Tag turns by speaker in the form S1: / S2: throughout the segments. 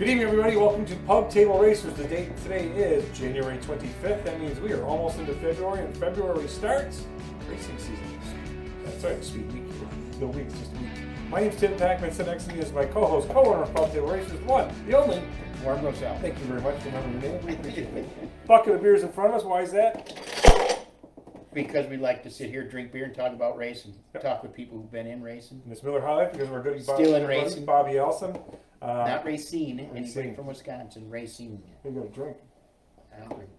S1: everybody. Welcome to Pub Table Racers. The date today is January 25th. That means we are almost into February, and February starts racing season. That's right, speed week. No weeks, just week. My name's Tim Packman. Sitting next to me is my co-host, co-owner of Pub Table Racers, one, the only.
S2: Warm goes out.
S1: Thank you very much for remembering the name. We appreciate it. Bucket of beers in front of us. Why is that?
S2: Because we like to sit here, drink beer, and talk about racing. Talk with people who've been in racing.
S1: Miss Miller High because we're good.
S2: Still in racing.
S1: Bobby Elson. Uh,
S2: Not racing, anybody
S1: Racine.
S2: from Wisconsin, racing.
S1: we got a drink.
S2: I don't drink.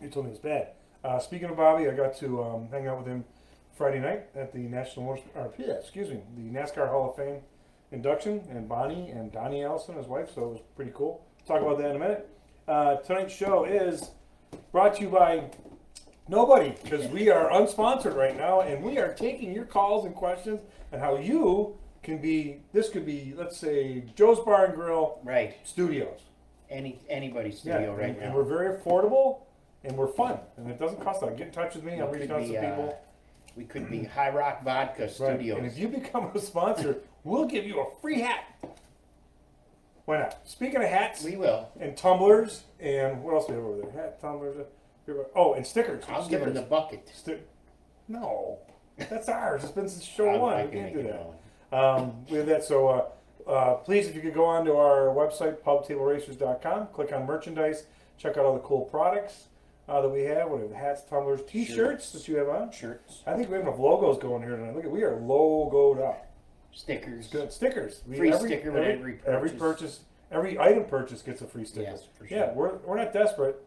S1: You told me it was bad. Uh, speaking of Bobby, I got to um, hang out with him Friday night at the National Motor, or, yeah, excuse me, the NASCAR Hall of Fame induction, and Bonnie and Donnie Allison, his wife. So it was pretty cool. Talk about that in a minute. Uh, tonight's show is brought to you by nobody because we are unsponsored right now, and we are taking your calls and questions and how you can be. This could be, let's say, Joe's Bar and Grill
S2: Right.
S1: Studios.
S2: Any anybody's
S1: Yeah,
S2: studio right
S1: and, and
S2: now.
S1: we're very affordable and we're fun and it doesn't cost a lot. Get in touch with me. I'll
S2: We
S1: reach
S2: could
S1: out to
S2: be, uh,
S1: people.
S2: we could be High Rock Vodka
S1: Right. And if
S2: Studios.
S1: you become a sponsor, we'll give you a free hat. Why not? Speaking of hats
S2: We will.
S1: and tumblers and what else do we have over there? Hat, tumblers. uh, here we- Oh, and stickers.
S2: I'll give
S1: stickers.
S2: them the bucket.
S1: Sti- no, that's ours. It's been since show
S2: I-
S1: one.
S2: I
S1: we
S2: can
S1: can't
S2: make
S1: do
S2: it
S1: that.
S2: all.
S1: Um, we have that. So uh, uh, please, if you could go on to our website, pubtableracers.com, click on merchandise, check out all the cool products uh, that we have. We have hats, tumblers, t shirts that you have on.
S2: Shirts,
S1: I think we have enough logos going here tonight. Look at we are logoed up.
S2: stickers.
S1: Good stickers. We,
S2: Free sticker with every
S1: every
S2: purchase.
S1: purchase, every item purchase gets a free sticker.
S2: Yes, for
S1: Yeah,
S2: sure.
S1: we're, we're not desperate.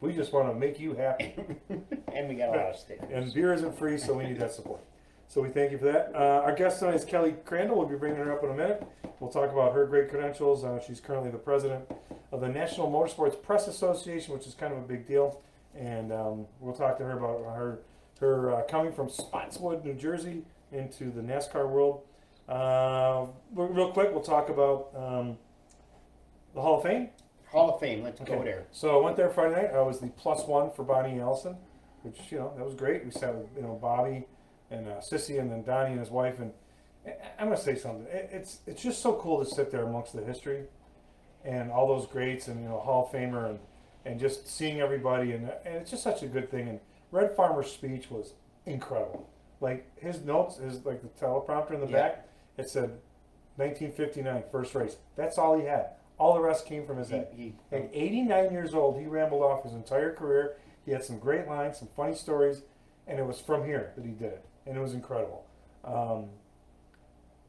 S1: We just want to make you happy.
S2: and we got a lot of stickers.
S1: And beer isn't free, so we need that support. So we thank you for that. Uh, our guest tonight is Kelly Crandall. We'll be bringing her up in a minute. We'll talk about her great credentials. Uh, she's currently the president of the National Motorsports Press Association, which is kind of a big deal. And um, we'll talk to her about her her uh, coming from Spotswood, New Jersey, into the NASCAR world. Uh, re- real quick, we'll talk about um, the Hall of Fame.
S2: Hall of Fame. Let's go
S1: Okay.
S2: there.
S1: So I went there Friday night. I was the plus one for Bonnie Allison, which you know that was great. We sat with you know Bobby and uh, Sissy, and then Donnie and his wife. And I- I'm gonna say something. It, it's it's just so cool to sit there amongst the history and all those greats and you know Hall of Famer and and just seeing everybody and and it's just such a good thing. And Red Farmer's speech was incredible. Like his notes, his like the teleprompter in the
S2: Yeah.
S1: back. It said 1959 first race. That's all he had. All the rest came from his head.
S2: He- he-
S1: At 89 years old, he rambled off his entire career. He had some great lines, some funny stories, and it was from here that he did it, and it was incredible. Um,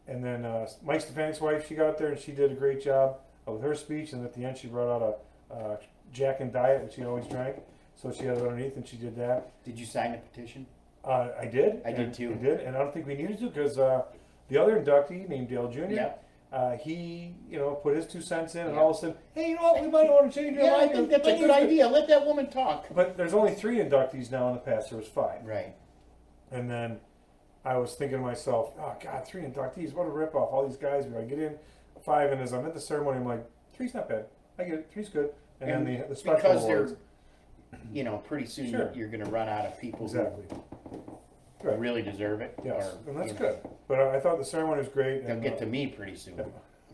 S1: and then uh, Mike Stefanik's wife, she got up there and she did a great job with her speech. And at the end, she brought out a uh, Jack and Diet, which she always drank. So she had it underneath, and she did that.
S2: did you sign the petition?
S1: Uh, I did.
S2: I did
S1: and-
S2: too.
S1: I did, and I don't think we needed to because uh, the other inductee named Dale Jr.
S2: Yeah.
S1: Uh, he, you know, put his two cents in, and all of a sudden, hey, you know what? We might want to change our
S2: Yeah, I
S1: mind.
S2: think that's a
S1: Let's
S2: good
S1: do it."
S2: idea. Let that woman talk.
S1: But there's only three inductees now. In the past, there was five.
S2: Right.
S1: And then I was thinking to myself, oh God, three inductees, what a ripoff. All these guys, we gotta get in five. And as I'm at the ceremony, I'm like, three's not bad. I get it, three's good. And, then the, the special
S2: because they're,
S1: awards.
S2: you know, pretty soon
S1: Sure.
S2: you're, you're going to run out of people
S1: exactly.
S2: who
S1: Right.
S2: really deserve it.
S1: Yes,
S2: or,
S1: and that's
S2: you know,
S1: good. But I, I thought the ceremony was great.
S2: They'll
S1: and, uh,
S2: get to me pretty soon.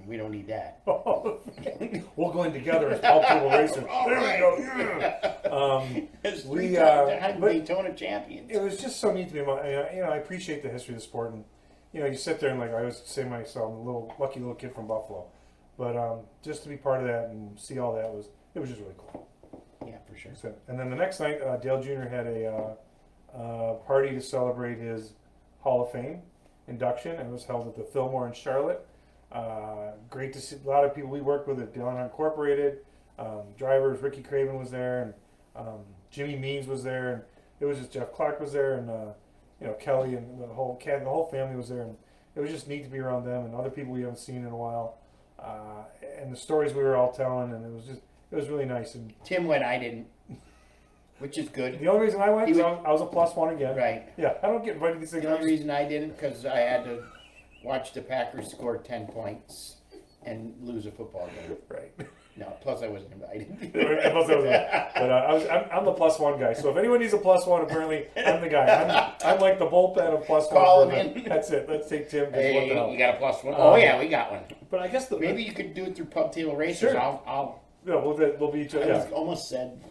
S2: We don't need that.
S1: we'll go in together as multiple racers.
S2: All
S1: there
S2: right.
S1: we go. Yeah. Um,
S2: It's
S1: We,
S2: three times
S1: uh,
S2: the Heisman
S1: but-
S2: Daytona champions.
S1: it was just so neat to be among. and I- You know, I appreciate the history of the sport, and you know, you sit there and like I always say to myself, I'm a little lucky little kid from Buffalo, but um, just to be part of that and see all that was it was just really cool.
S2: yeah, for sure.
S1: So- And then the next night, uh, Dale Jr. had a uh, uh, party to celebrate his Hall of Fame induction, and it was held at the Fillmore in Charlotte. Uh, great to see a lot of people we worked with at Dale Incorporated. Um, drivers, Ricky Craven was there, and um, Jimmy Means was there, and it was just Jeff Clark was there, and uh, you know Kelly and the whole cat, the whole family was there, and it was just neat to be around them and other people we haven't seen in a while, uh, and the stories we were all telling, and it was just it was really nice. And
S2: Tim went, I didn't, which is good.
S1: the only reason I went
S2: He
S1: is I
S2: would-
S1: was, I was a plus one again.
S2: Right.
S1: Yeah, I don't get invited to these things.
S2: The only reason I didn't, because I had to watch the Packers score 10 points and lose a football game.
S1: Right.
S2: No, plus I wasn't invited.
S1: Plus I was like- but uh, I was, I'm, I'm the plus one guy. So if anyone needs a plus one, apparently I'm the guy. I'm, I'm like the bullpen of plus
S2: Call
S1: one. for
S2: him
S1: event.
S2: in.
S1: That's it. Let's take Tim. 'cause what
S2: Hey,
S1: the hell.
S2: you got a plus one. Oh
S1: Um,
S2: yeah, we got one.
S1: But I guess the
S2: Maybe you could do it through pub table racers.
S1: Sure.
S2: I'll, I'll.
S1: no, we'll, be- we'll be each
S2: I
S1: other. Yeah.
S2: was almost said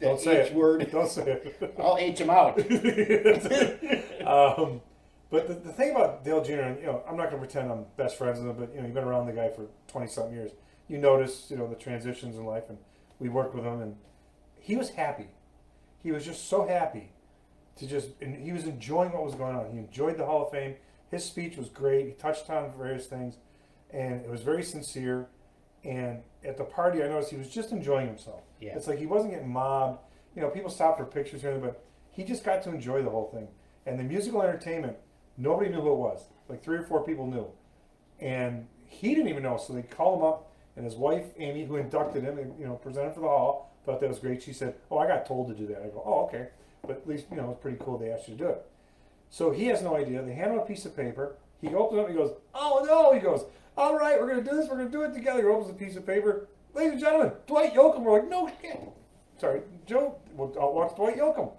S2: that
S1: Don't say
S2: each
S1: it.
S2: word.
S1: Don't say it.
S2: I'll H them out.
S1: um, but the, the thing about Dale Jr. and you know, I'm not going to pretend I'm best friends with him, but you know, you've been around the guy for 20 something years. You notice, you know, the transitions in life, and we worked with him, and he was happy. He was just so happy to just, and he was enjoying what was going on. He enjoyed the Hall of Fame. His speech was great. He touched on various things, and it was very sincere. And at the party, I noticed he was just enjoying himself.
S2: Yeah.
S1: It's like he wasn't getting mobbed. You know, people stopped for pictures or anything, but he just got to enjoy the whole thing. And the musical entertainment, nobody knew who it was. Like three or four people knew. And he didn't even know, so they called him up, and his wife, Amy, who inducted him and, you know, presented for the hall, thought that was great. She said, oh, I got told to do that. I go, oh, okay. But at least, you know, it's pretty cool they asked you to do it. So he has no idea. They hand him a piece of paper. He opens it up. He goes, "Oh no!" He goes, "All right, we're gonna do this. We're gonna do it together." He opens the piece of paper. Ladies and gentlemen, Dwight Yoakam. We're like, "No, shit." sorry, Joe. We'll I'll watch Dwight Yoakam.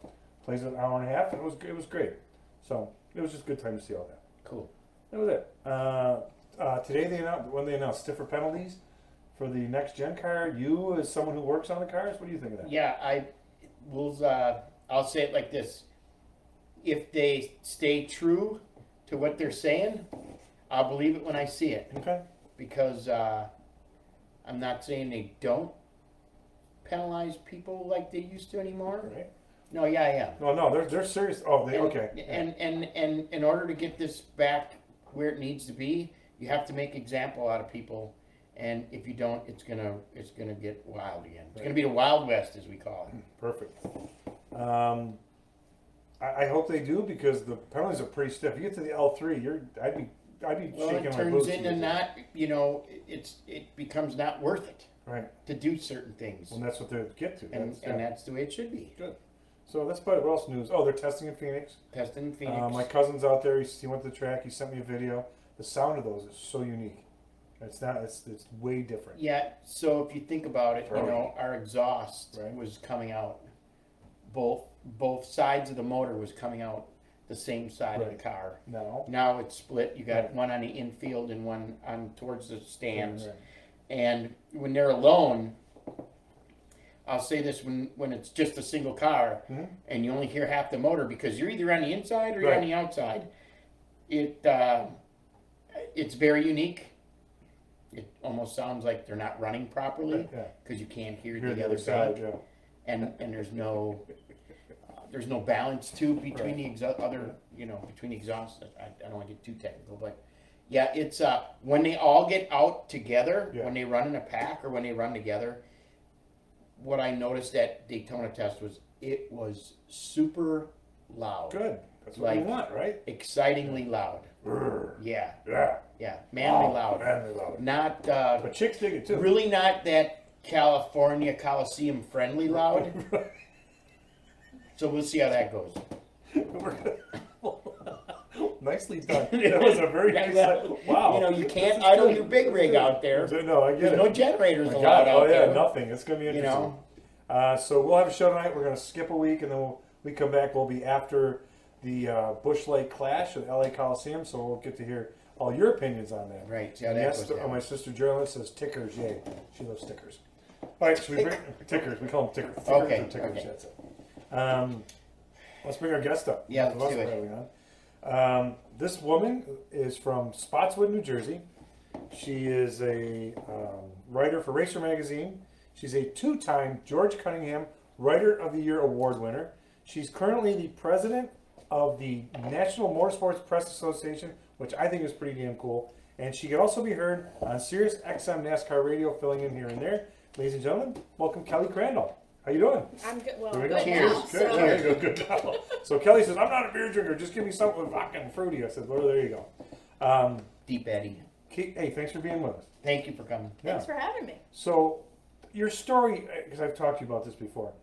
S1: Plays an hour and a half, and it was it was great. So it was just a good time to see all that.
S2: Cool.
S1: That was it. Uh, uh, today they announced when they announced stiffer penalties for the next gen car. You, as someone who works on the cars, what do you think of that?
S2: Yeah, I will. Uh, I'll say it like this: If they stay true to what they're saying, I'll believe it when I see it.
S1: Okay.
S2: Because uh, I'm not saying they don't penalize people like they used to
S1: All
S2: anymore.
S1: right.
S2: No, yeah, I am.
S1: No, no, they're they're serious. Oh, they
S2: And-
S1: okay.
S2: And, and, and in order to get this back where it needs to be, you have to make example out of people. And if you don't, it's gonna, it's gonna get wild again. It's gonna be the Wild West, as we call it.
S1: Perfect. Um, I, I hope they do because the penalties are pretty stiff. You get to the L three, you're I'd be I'd be
S2: Well,
S1: shaking
S2: it
S1: my boots.
S2: turns
S1: if
S2: into
S1: you did.
S2: not, you know, it's, it becomes not worth it
S1: right,
S2: to do certain things.
S1: and that's what they get to.
S2: And,
S1: That's-
S2: and
S1: yeah.
S2: that's the way it should be.
S1: good. So that's about it. What else news? Oh, they're testing in Phoenix.
S2: Testing
S1: Uh, my
S2: Phoenix.
S1: cousin's out there. He, he went to the track. He sent me a video. The sound of those is so unique. It's not. It's it's way different.
S2: Yeah, so if you think about it, you know, our exhaust
S1: Right.
S2: was coming out. Both, both sides of the motor was coming out the same side of the
S1: Right.
S2: car.
S1: Now.
S2: Now it's split. You got
S1: Right.
S2: one on the infield and one on towards the stands.
S1: Right.
S2: And when they're alone, I'll say this when when it's just a single car
S1: Mhm.
S2: and you only hear half the motor because you're either on the inside or you're on
S1: Right.
S2: the outside. It uh, it's very unique. It almost sounds like they're not running properly
S1: Yeah.
S2: because you can't hear,
S1: Here
S2: the other side,
S1: Yeah.
S2: and and there's no. uh, There's no balance too between the exha- other, you know, between the exhaust. I, I don't want to get too technical, but yeah, it's uh when they all get out together,
S1: Yeah.
S2: when they run in a pack or when they run together. What I noticed at Daytona test was it was super loud,
S1: Good. That's what we
S2: Like-
S1: want, right?
S2: excitingly loud.
S1: Brrr.
S2: Yeah,
S1: Yeah.
S2: yeah, manly
S1: Oh,
S2: loud,
S1: Manly loud.
S2: not uh,
S1: But chicks dig it too.
S2: really not that California Coliseum friendly loud. So we'll see how that goes.
S1: Nicely done. That was a very nice. wow.
S2: You know, you can't idle your big rig out there.
S1: no, I get
S2: There's
S1: it.
S2: no generators
S1: My
S2: allowed
S1: God,
S2: out
S1: oh yeah,
S2: there.
S1: nothing. It's gonna be
S2: You
S1: interesting.
S2: know,
S1: Uh, so we'll have a show tonight. We're gonna skip a week, and then we'll, we come back. We'll be after the uh, Bush Light Clash at LA Coliseum, so we'll get to hear all your opinions on that.
S2: right? See how
S1: And
S2: that
S1: yes,
S2: goes.
S1: th- oh,
S2: down.
S1: my sister Geraldine says tickers. Yay, she loves tickers. All right, should we bring tickers? We call them tickers. tickers
S2: Okay,
S1: or tickers.
S2: okay.
S1: That's it. Um, let's bring our guest up.
S2: Yeah,
S1: Both of
S2: let's
S1: us
S2: do
S1: are
S2: it.
S1: having on. Um, this woman is from Spotswood, New Jersey. She is a um, writer for Racer Magazine. She's a two time George Cunningham Writer of the Year Award winner. She's currently the president of the National Motorsports Press Association, which I think is pretty damn cool. And she can also be heard on Sirius XM NASCAR radio, filling in here and there. Ladies and gentlemen, welcome Kelly Crandall. How you doing?
S3: I'm good. Well,
S1: There
S3: I'm
S1: we
S3: good
S1: go.
S3: now.
S2: Cheers.
S3: so-
S1: Good, there you go, good now. So Kelly says, I'm not a beer drinker, just give me something fucking fruity. I said, well, there you go. Um,
S2: Deep Eddie.
S1: Kate, hey, thanks for being with us.
S2: Thank you for coming.
S3: Thanks for having me.
S1: So, your story, because I've talked to you about this before,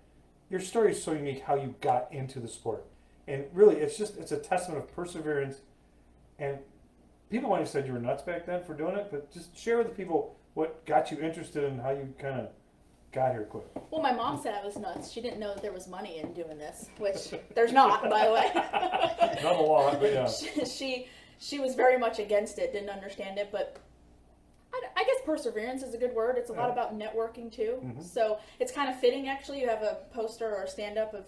S1: your story is so unique how you got into the sport, and really, it's just it's a testament of perseverance. And people might have said you were nuts back then for doing it, but just share with the people what got you interested and how you kind of got here quick.
S3: Well, my mom said I was nuts. She didn't know that there was money in doing this, which there's not, by the way.
S1: Not a lot, but yeah.
S3: She, she she was very much against it. Didn't understand it, but I, d- I guess perseverance is a good word. It's a lot
S1: Yeah.
S3: about networking too.
S1: Mhm.
S3: So it's kind of fitting, actually. You have a poster or a stand up of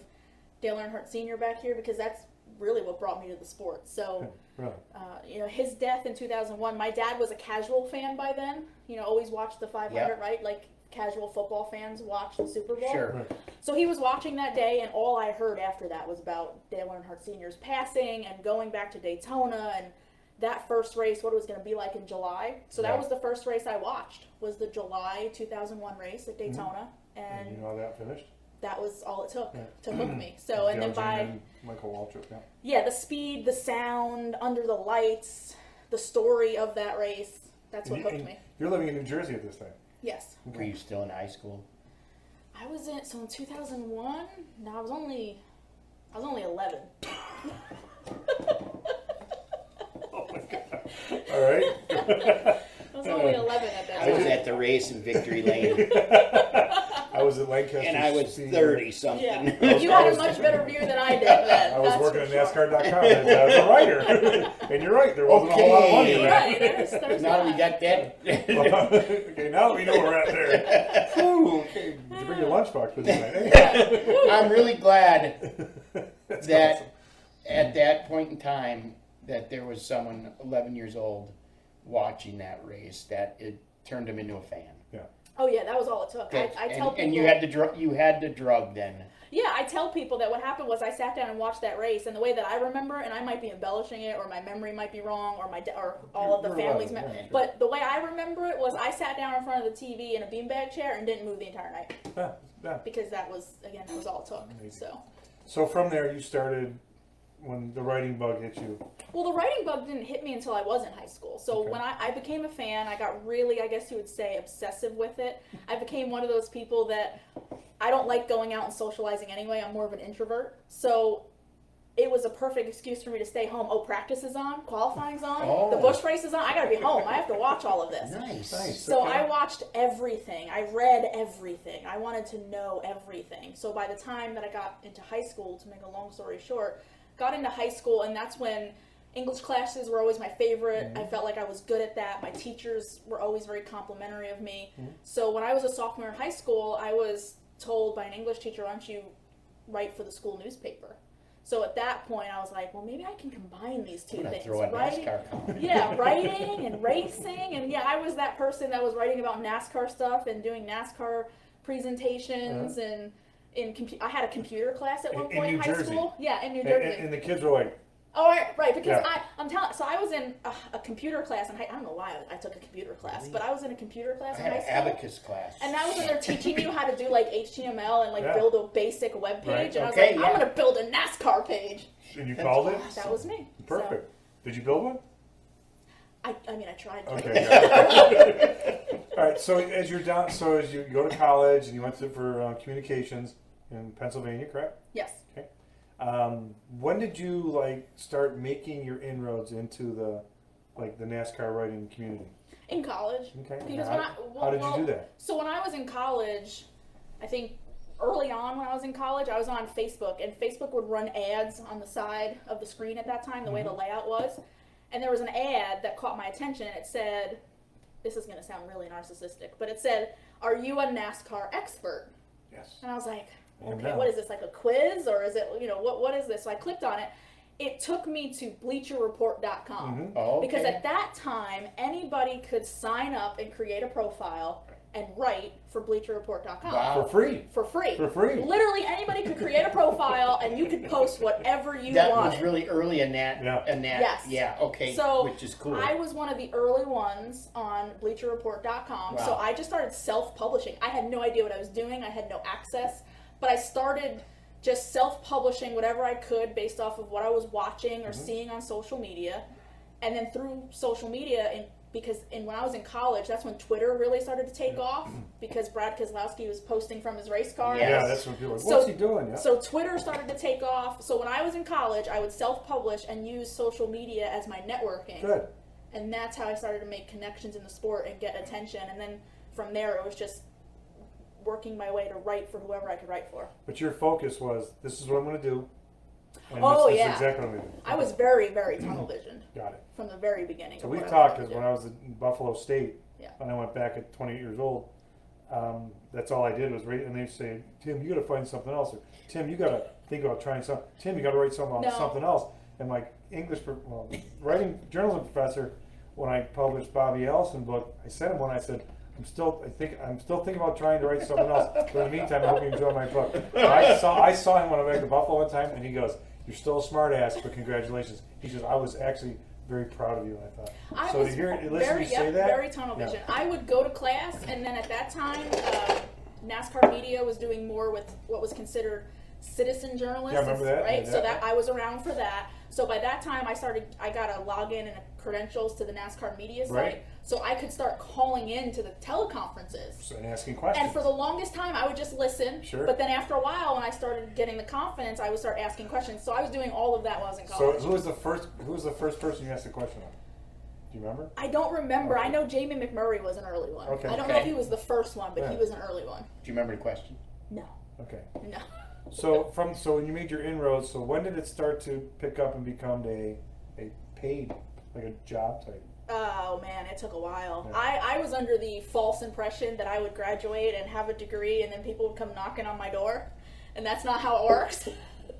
S3: Dale Earnhardt Sr. back here because that's really what brought me to the sport. So.
S1: Really.
S3: uh, you know, his death in 2001, my dad was a casual fan by then. You know, always watched the 500,
S2: Yeah.
S3: right? Like casual football fans watch the Super Bowl.
S2: Sure.
S1: Right.
S3: So he was watching that day, and all I heard after that was about Dale Earnhardt Sr.'s passing and going back to Daytona and that first race, what it was going to be like in July. So that
S2: Yeah.
S3: was the first race I watched, was the July 2001 race at
S2: Mm-hmm.
S3: Daytona, and
S1: And you know how that finished?
S3: that was all it took
S1: Yeah.
S3: to hook me. So and then
S1: Dale Jr.
S3: by
S1: and Michael Waltrip, yeah.
S3: yeah, the speed, the sound, under the lights, the story of that race. That's what
S1: And you-
S3: hooked
S1: and
S3: me.
S1: You're living in New Jersey at this time.
S3: Yes.
S2: Were you still in high school?
S3: I was in so in 2001, no, I was only I was only 11.
S1: Oh my God. All right.
S3: I was only 11 at that
S2: I was
S3: time.
S2: at the race in Victory Lane,
S1: I was at Lancaster.
S2: and I was
S1: Speed.
S2: thirty
S3: Yeah.
S2: something.
S3: You had a much better view than I did then.
S1: I was
S3: that's
S1: working
S3: for
S1: at
S3: sure.
S1: NASCAR.com as, as a writer. and you're right, there wasn't a whole lot of money in
S2: Okay.
S1: that.
S3: Right, there's, there's
S2: Now we
S3: that.
S2: got that.
S1: okay, now that we know we're at there. Whew, okay, did you bring your lunchbox with you tonight?
S2: Yeah. I'm really glad
S1: That's
S2: that
S1: awesome.
S2: at that point in time that there was someone 11 years old watching that race that it turned him into a fan
S3: Oh yeah, that was all it took. I,
S2: That-
S3: I
S2: and,
S3: tell people
S2: and you had to drug you had to drug then
S3: Yeah, I tell people that what happened was I sat down and watched that race, and the way that I remember, and I might be embellishing it, or my memory might be wrong, or my da- or all of the
S1: You're
S3: family's
S1: right,
S3: mem-
S1: yeah, sure.
S3: But the way I remember it was I sat down in front of the TV in a beanbag chair and didn't move the entire night
S1: Yeah, yeah.
S3: because that was again that was all it took.
S1: Amazing.
S3: So,
S1: So from there, you started when the writing bug hit you.
S3: well, the writing bug didn't hit me until I was in high school. So
S1: Okay.
S3: when I, I became a fan, I got really, I guess you would say, obsessive with it. I became one of those people that I don't like going out and socializing anyway. I'm more of an introvert, so it was a perfect excuse for me to stay home. Oh, practice is on, qualifying's on, the
S2: Oh.
S3: bush race is on. I gotta be home. I have to watch all of this.
S2: nice,
S1: Nice.
S3: So
S1: Okay.
S3: I watched everything. I read everything. I wanted to know everything. So by the time that I got into high school, to make a long story short, got into high school, and that's when English classes were always my favorite.
S2: Mm-hmm.
S3: I felt like I was good at that. My teachers were always very complimentary of me.
S2: Mm-hmm.
S3: So when I was a sophomore in high school, I was told by an English teacher, "Why don't you write for the school newspaper?" So at that point, I was like, "Well, maybe I can combine these two
S2: I'm gonna
S3: things:
S2: throw a
S3: writing
S2: NASCAR comment.
S3: yeah, writing and racing and yeah, I was that person that was writing about NASCAR stuff and doing NASCAR presentations and in compu- I had a computer class at
S1: Uh-huh. In-
S3: one
S1: in
S3: point in
S1: New
S3: high
S1: Jersey.
S3: school. Yeah, in New
S1: And,
S3: Jersey.
S1: and, and the kids were like,
S3: oh, right, right, because
S1: Yeah.
S3: I I'm telling so I was in a, a computer class and I, I don't know why I, I took a computer class, but I was in a computer
S2: I
S3: class in
S2: had
S3: high
S2: an
S3: school.
S2: abacus class
S3: And that was when they're teaching you how to do like HTML and like
S1: Yeah.
S3: build a basic web page,
S1: Right,
S3: and I was
S2: okay,
S3: like,
S2: yeah.
S3: I'm gonna build a NASCAR page.
S1: and you
S2: That's
S1: called it?
S3: That was me. So,
S1: Perfect. Did you build one?
S3: I, I mean, I tried. to.
S1: Okay. got it. All right. So as you're down, so as you go to college and you went to, for uh, communications in Pennsylvania, correct?
S3: Yes.
S1: Um, when did you like start making your inroads into the like the NASCAR writing community?
S3: In college.
S1: Okay.
S3: Because
S1: how,
S3: when I, well,
S1: how did
S3: well,
S1: you do that?
S3: So when I was in college, I think early on when I was in college, I was on Facebook, and Facebook would run ads on the side of the screen at that time, the way the layout was. And there was an ad that caught my attention. It said, "This is going to sound really narcissistic," but it said, "Are you a NASCAR expert?"
S1: Yes.
S3: And I was like,
S1: Yeah,
S3: okay,
S1: no.
S3: what is this? Like a quiz, or is it you know what what is this? So I clicked on it. It took me to BleacherReport.com.
S1: Mhm.
S2: oh okay.
S3: Because at that time, anybody could sign up and create a profile and write for BleacherReport.com
S2: Wow.
S1: For free.
S3: for free.
S1: For free.
S3: Literally, anybody could create a profile and you could post whatever you
S2: that was
S3: wanted.
S2: really early in that
S1: Yeah.
S2: in that
S3: Yes.
S2: yeah okay
S3: So,
S2: which is cool
S3: I was one of the early ones on BleacherReport.com, so
S2: Wow.
S3: I just started self-publishing. I had no idea what I was doing. I had no access, but I started just self-publishing whatever I could based off of what I was watching or seeing on social media, and then through social media and because in, when I was in college, that's when Twitter really started to take off because Brad Keselowski was posting from his race car.
S2: Yes.
S1: Yeah, that's what people. Are like,
S3: So-
S1: What's he doing? Yeah.
S3: So Twitter started to take off. So when I was in college, I would self-publish and use social media as my networking
S1: Good.
S3: and that's how I started to make connections in the sport and get attention. And then from there, it was just working my way to write for whoever I could write for.
S1: But your focus was this is what I'm going to do. And
S3: Oh,
S1: this, this
S3: yeah.
S1: is exactly what I'm going to do.
S3: I was very, very tunnel visioned
S1: Got it.
S3: from the very beginning.
S1: So
S3: of
S1: we
S3: what I
S1: talked because
S3: wanted to
S1: when
S3: do.
S1: I was in Buffalo State,
S3: Yeah.
S1: when I went back at 28 years old, um, that's all I did was read. And they say, Tim, you got to find something else. Or, Tim, you got to think about trying something. Tim, you got to write something
S3: No.
S1: something else. And my English, pro- well, writing journalism professor, when I published Bobby Ellison book, I sent him one. I said. I'm still, I think, I'm still thinking about trying to write something else. But in the meantime, I hope you enjoy my book. I saw, I saw him when I went back to Buffalo one time, and he goes, "You're still a smart ass, but congratulations." He says, "I was actually very proud of you." I thought.
S3: I
S1: so
S3: was
S1: to hear, to listen
S3: very,
S1: you say
S3: yeah,
S1: that,
S3: very tunnel
S1: yeah.
S3: vision. I would go to class, and then at that time, uh, NASCAR media was doing more with what was considered citizen journalists,
S1: Yeah, I remember that,
S3: right?
S1: yeah,
S3: So
S1: yeah.
S3: that I was around for that. So by that time, I started. I got a login and a credentials to the NASCAR media site,
S1: Right.
S3: so I could start calling in to the teleconferences.
S1: So, and asking questions.
S3: And for the longest time, I would just listen.
S1: Sure.
S3: But then after a while, when I started getting the confidence, I would start asking questions. So I was doing all of that while I was in
S1: so
S3: college.
S1: who was the first? Who was the first person you asked the question on? Do you remember?
S3: I don't remember. I know Jamie McMurray was an early one.
S1: Okay.
S3: I don't know if
S2: Okay.
S3: he was the first one, but
S1: Yeah.
S3: he was an early one.
S2: you remember the question?
S3: No,
S1: Okay.
S3: no.
S1: So from so when you made your inroads, so when did it start to pick up and become a a paid like a job type?
S3: Oh man, it took a while.
S1: Yeah.
S3: I, I was under the false impression that I would graduate and have a degree, and then people would come knocking on my door, and that's not how it works.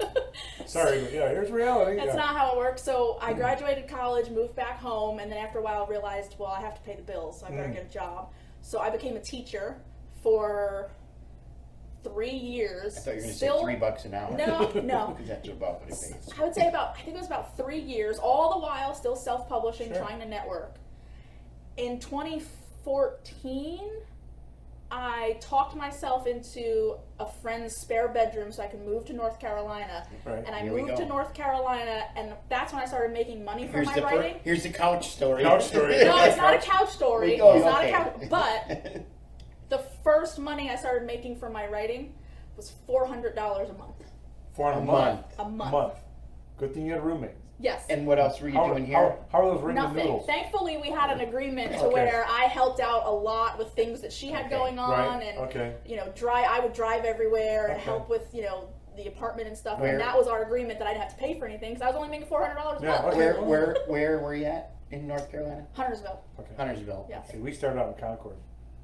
S1: Sorry, but yeah. Here's reality.
S3: That's
S1: yeah. Mm-hmm.
S3: not how it works. So I graduated college, moved back home, and then after a while realized, well, I have to pay the bills, so I better
S1: Mm.
S3: get a job. So I became a teacher for three years.
S2: I thought you were going to say
S3: Still,
S2: three bucks an hour.
S3: No, no.
S2: Because that's about what it pays.
S3: I would say about I think it was about three years, all the while still self-publishing,
S1: Sure.
S3: trying to network. In 2014, I talked myself into a friend's spare bedroom so I could move to North Carolina,
S1: Right.
S3: and I
S2: Here we
S3: moved
S2: go.
S3: to North Carolina, and that's when I started making money from
S2: Here's
S3: my
S2: the, fir-
S3: writing.
S2: here's the couch story.
S1: Couch story.
S3: No, it's not a couch story.
S2: Oh,
S3: it's not a
S2: okay.
S3: couch, but the first money I started making from my writing was $400 a month.
S1: for
S2: a
S1: a month.
S2: month.
S3: A month.
S1: Month. Good thing you had roommates.
S3: Yes.
S2: And what else were you
S1: how,
S2: doing
S1: how-
S2: here?
S1: How, are those ring
S3: Nothing.
S1: noodles?
S3: Thankfully, we had an agreement to
S1: Okay.
S3: where I helped out a lot with things that she had
S2: Okay.
S3: going on,
S1: right.
S3: and
S1: okay.
S3: you know, drive. I would drive everywhere and
S1: Okay.
S3: help with you know the apartment and stuff.
S2: Where-
S3: And that was our agreement that I'd have to pay for anything because I was only making four hundred dollars a
S1: Yeah,
S3: month.
S1: okay.
S2: Where, where, where were you at in North Carolina?
S3: Huntersville.
S1: Okay.
S2: Huntersville.
S3: Yeah.
S1: See, we started out in Concord.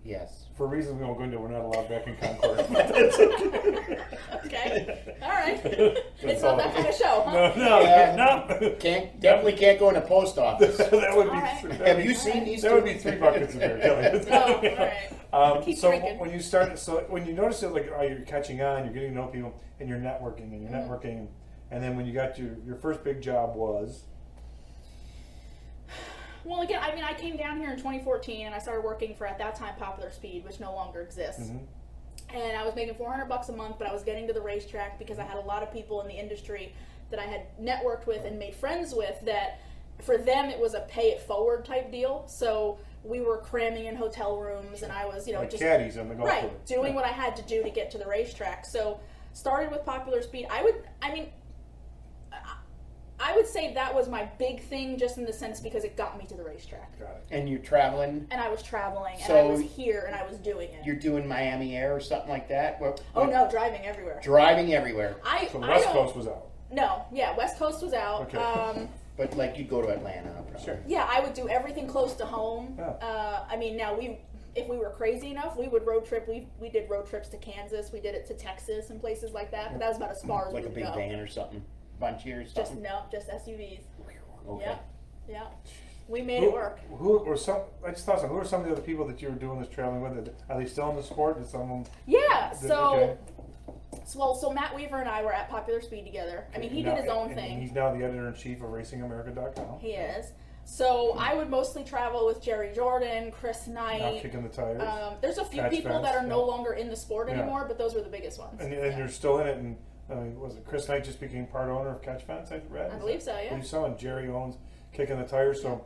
S2: Yes.
S1: For reasons we won't go into, we're not allowed back in Concord. But that's okay.
S3: Okay. All right.
S1: That's
S3: it's
S1: all.
S3: not that kind of show, huh?
S1: No, no,
S2: Yeah.
S1: no.
S2: Uh, Can't definitely can't go in a post office.
S1: that would be. that
S3: Alright.
S1: would
S2: Have
S1: be-
S2: you seen these?
S1: That
S2: two?
S1: would be three buckets of beer, Kelly.
S3: Oh, all right.
S1: Um,
S3: Keep
S1: so
S3: drinking.
S1: when you started, so when you notice it, like, oh, you're catching on, you're getting to know people, and you're networking, and you're
S3: Mhm.
S1: networking, and then when you got your your first big job was
S3: Well, again, I mean, I came down here in 2014 and I started working for at that time Popular Speed, which no longer exists.
S1: Mhm.
S3: And I was making 400 bucks a month, but I was getting to the racetrack because I had a lot of people in the industry that I had networked with and made friends with that for them it was a pay it forward type deal. So we were cramming in hotel rooms and I was, you know,
S1: like
S3: just
S1: caddies on the golf
S3: right
S1: course.
S3: doing what i had to do to get to the racetrack so started with popular speed i would i mean I- i would say that was my big thing just in the sense because it got me to the racetrack
S1: Got it.
S2: And you're traveling.
S3: and i was traveling and i
S2: So
S3: was here and i was doing it
S2: You're doing Miami Air or something like that. What-
S3: oh
S2: what-
S3: no driving everywhere
S2: Driving everywhere,
S3: i
S1: So the
S3: i
S1: West
S3: don't
S1: Coast was out.
S3: no yeah west coast was out
S1: Okay.
S3: um
S2: but like you go to Atlanta, probably.
S1: Sure.
S3: yeah i would do everything close to home
S1: Yeah.
S3: uh i mean now we if we were crazy enough, we would road trip. We we did road trips to Kansas. We did it to Texas and places like that. But that was about as far as
S2: Like
S3: we
S2: a
S3: would
S2: big
S3: go.
S2: van or something, bunch here or
S3: Just
S1: Oh.
S2: something.
S3: no, just SUVs.
S2: Okay.
S3: Yeah, yeah. We made
S1: Who,
S3: it work.
S1: who or some? I just thought so. Who are some of the other people that you were doing this traveling with? Are they still in the sport? Did some of them?
S3: Yeah.
S1: did-
S3: So, so, well, so Matt Weaver and I were at Popular Speed together. I mean, he
S1: Now-
S3: did his own
S1: and- and
S3: thing.
S1: he's now the editor in chief of RacingAmerica.com.
S3: He is. So I would mostly travel with Jerry Jordan, Chris
S1: Now
S3: Knight.
S1: kicking the tires.
S3: Um, there's a few
S1: Patch
S3: people that
S1: Fast,
S3: are no
S1: yeah.
S3: longer in the sport
S1: Yeah.
S3: anymore, but those were the biggest ones.
S1: And,
S3: Yeah.
S1: and you're still in it, and uh, was it Chris Knight just became part owner of Catch Fence? I read.
S3: I believe so.
S1: I
S3: Yeah.
S1: believe so, and Jerry owns Kicking the Tires. So,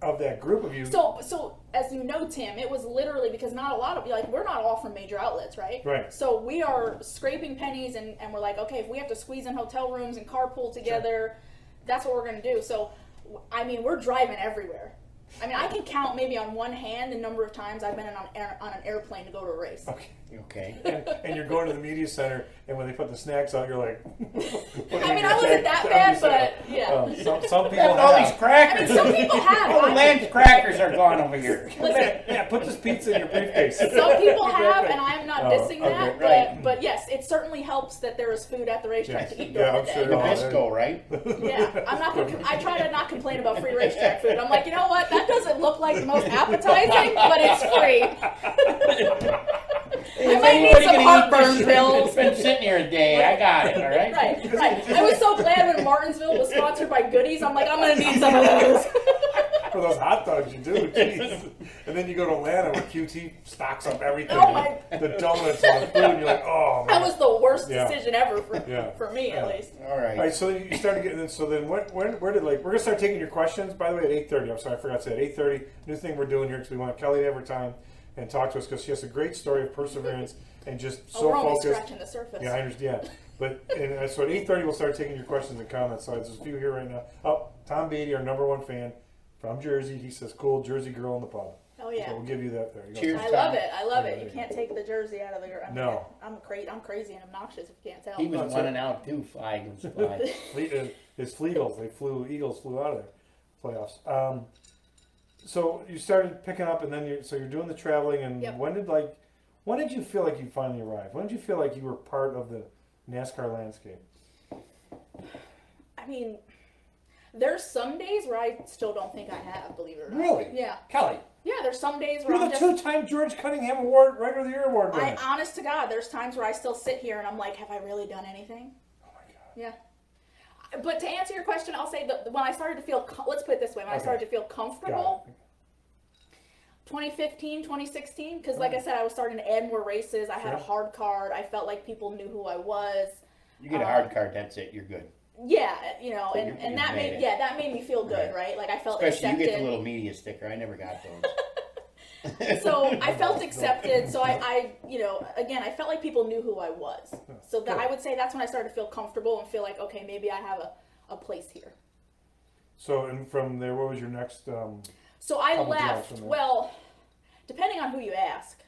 S1: of that group of you,
S3: So, so as you know, Tim, it was literally because not a lot of like we're not all from major outlets, right?
S1: Right.
S3: So we are scraping pennies, and and we're like, okay, if we have to squeeze in hotel rooms and carpool together, that's what we're gonna do. So, w- I mean, we're driving everywhere. I mean, I can count maybe on one hand the number of times I've been in on, air, on an airplane to go to a race.
S1: Okay.
S2: Okay.
S1: And, and you're going to the media center, and when they put the snacks out, you're like.
S3: I mean, I wasn't that bad, but yeah.
S1: Um, some, some people
S2: All these
S1: have.
S2: crackers.
S3: Some people have.
S2: All the
S3: I-
S2: land crackers are gone over here.
S3: listen,
S1: yeah, put this pizza in your briefcase.
S3: some people have, and I'm not
S1: Oh,
S3: dissing
S1: okay,
S3: that.
S2: right.
S3: But, but yes, it certainly helps that there is food at the racetrack
S1: Yes.
S3: to eat
S1: Yeah,
S3: during
S1: I'm
S3: the
S1: sure
S3: day.
S1: it'll-
S2: Nabisco, right?
S3: Yeah, I'm not. Gonna, com- I try to not complain about free racetrack food. I'm like, you know what? That doesn't look like the most appetizing, but it's free. I might need
S2: Anybody
S3: some
S2: gonna eat
S3: heartburn
S2: this? It's
S3: pills.
S2: been sitting here a day. I got it. All right.
S3: Right, right. I was so glad when Martinsville was sponsored by Goodies. I'm like, I'm gonna need some of those.
S1: For those hot dogs, you do. Jeez. And then you go to Atlanta where QT stocks up everything.
S3: Oh, my-
S1: The donuts and the food, and you're like, oh, man.
S3: That was the worst
S1: Yeah.
S3: decision ever for
S1: Yeah.
S3: for me, at
S1: Yeah.
S3: least.
S2: All
S1: All
S2: right.
S1: right, so you started getting this. So then, what, where, where did like we're gonna start taking your questions? By the way, at eight thirty. I'm sorry, I forgot to say at eight thirty. New thing we're doing here because we want Kelly to have her time and talk to us because she has a great story of perseverance and just
S3: Oh,
S1: so
S3: we're only
S1: focused.
S3: scratching the surface.
S1: Yeah, I understand. But and uh, so at eight thirty, we'll start taking your questions and comments. So there's a few here right now. Oh, Tom Beatty, our number one fan from Jersey, he says, "Cool Jersey girl in the pub." So
S3: Oh yeah.
S1: we'll give you that. There you go.
S2: Cheers.
S3: I love it. I love it. You can't take the jersey out of the. I mean,
S1: No.
S3: I'm crazy. I'm crazy and obnoxious if you can't tell.
S2: He was
S1: That's
S2: one
S1: it.
S2: and out too. Fly goes fly.
S1: Fle- uh, His Fleagles, they flew Eagles flew out of their playoffs. Um, so you started picking up, and then you so you're doing the traveling. And
S3: Yep.
S1: when did like when did you feel like you finally arrived? When did you feel like you were part of the NASCAR landscape?
S3: I mean, there's some days where I still don't think I have. Believe it or not.
S1: Really?
S3: Yeah.
S2: Kelly.
S3: Yeah. There's some days where
S1: You're
S3: I'm
S1: the
S3: just.
S1: two-time George Cunningham Award Writer of the Year award
S3: I
S1: winner.
S3: honest to God, there's times where I still sit here and I'm like, have I really done anything?
S1: oh my god!
S3: Yeah. But to answer your question, I'll say that when I started to feel, co- let's put it this way, when I
S1: Okay.
S3: started to feel comfortable,
S1: Got it.
S3: 2015, 2016, because like I said, I was starting to add more races. I had a
S1: Sure.
S3: hard card. I felt like people knew who I was.
S2: You get a hard card. That's it. You're good.
S3: Yeah, you know,
S2: So
S3: and,
S2: you- you
S3: and that
S2: made
S3: made
S2: it.
S3: yeah that made me feel good,
S2: Right.
S3: right? Like I felt
S2: Especially you get the
S3: accepted.
S2: little media sticker. I never got those.
S3: so I felt accepted. So I, I, you know, again, I felt like people knew who I was. So that I would say that's when I started to feel comfortable and feel like, okay, maybe I have a, a place here.
S1: So and from there, what was your next? Um,
S3: So I
S1: Couple jobs
S3: left.
S1: from there.
S3: Well, depending on who you ask,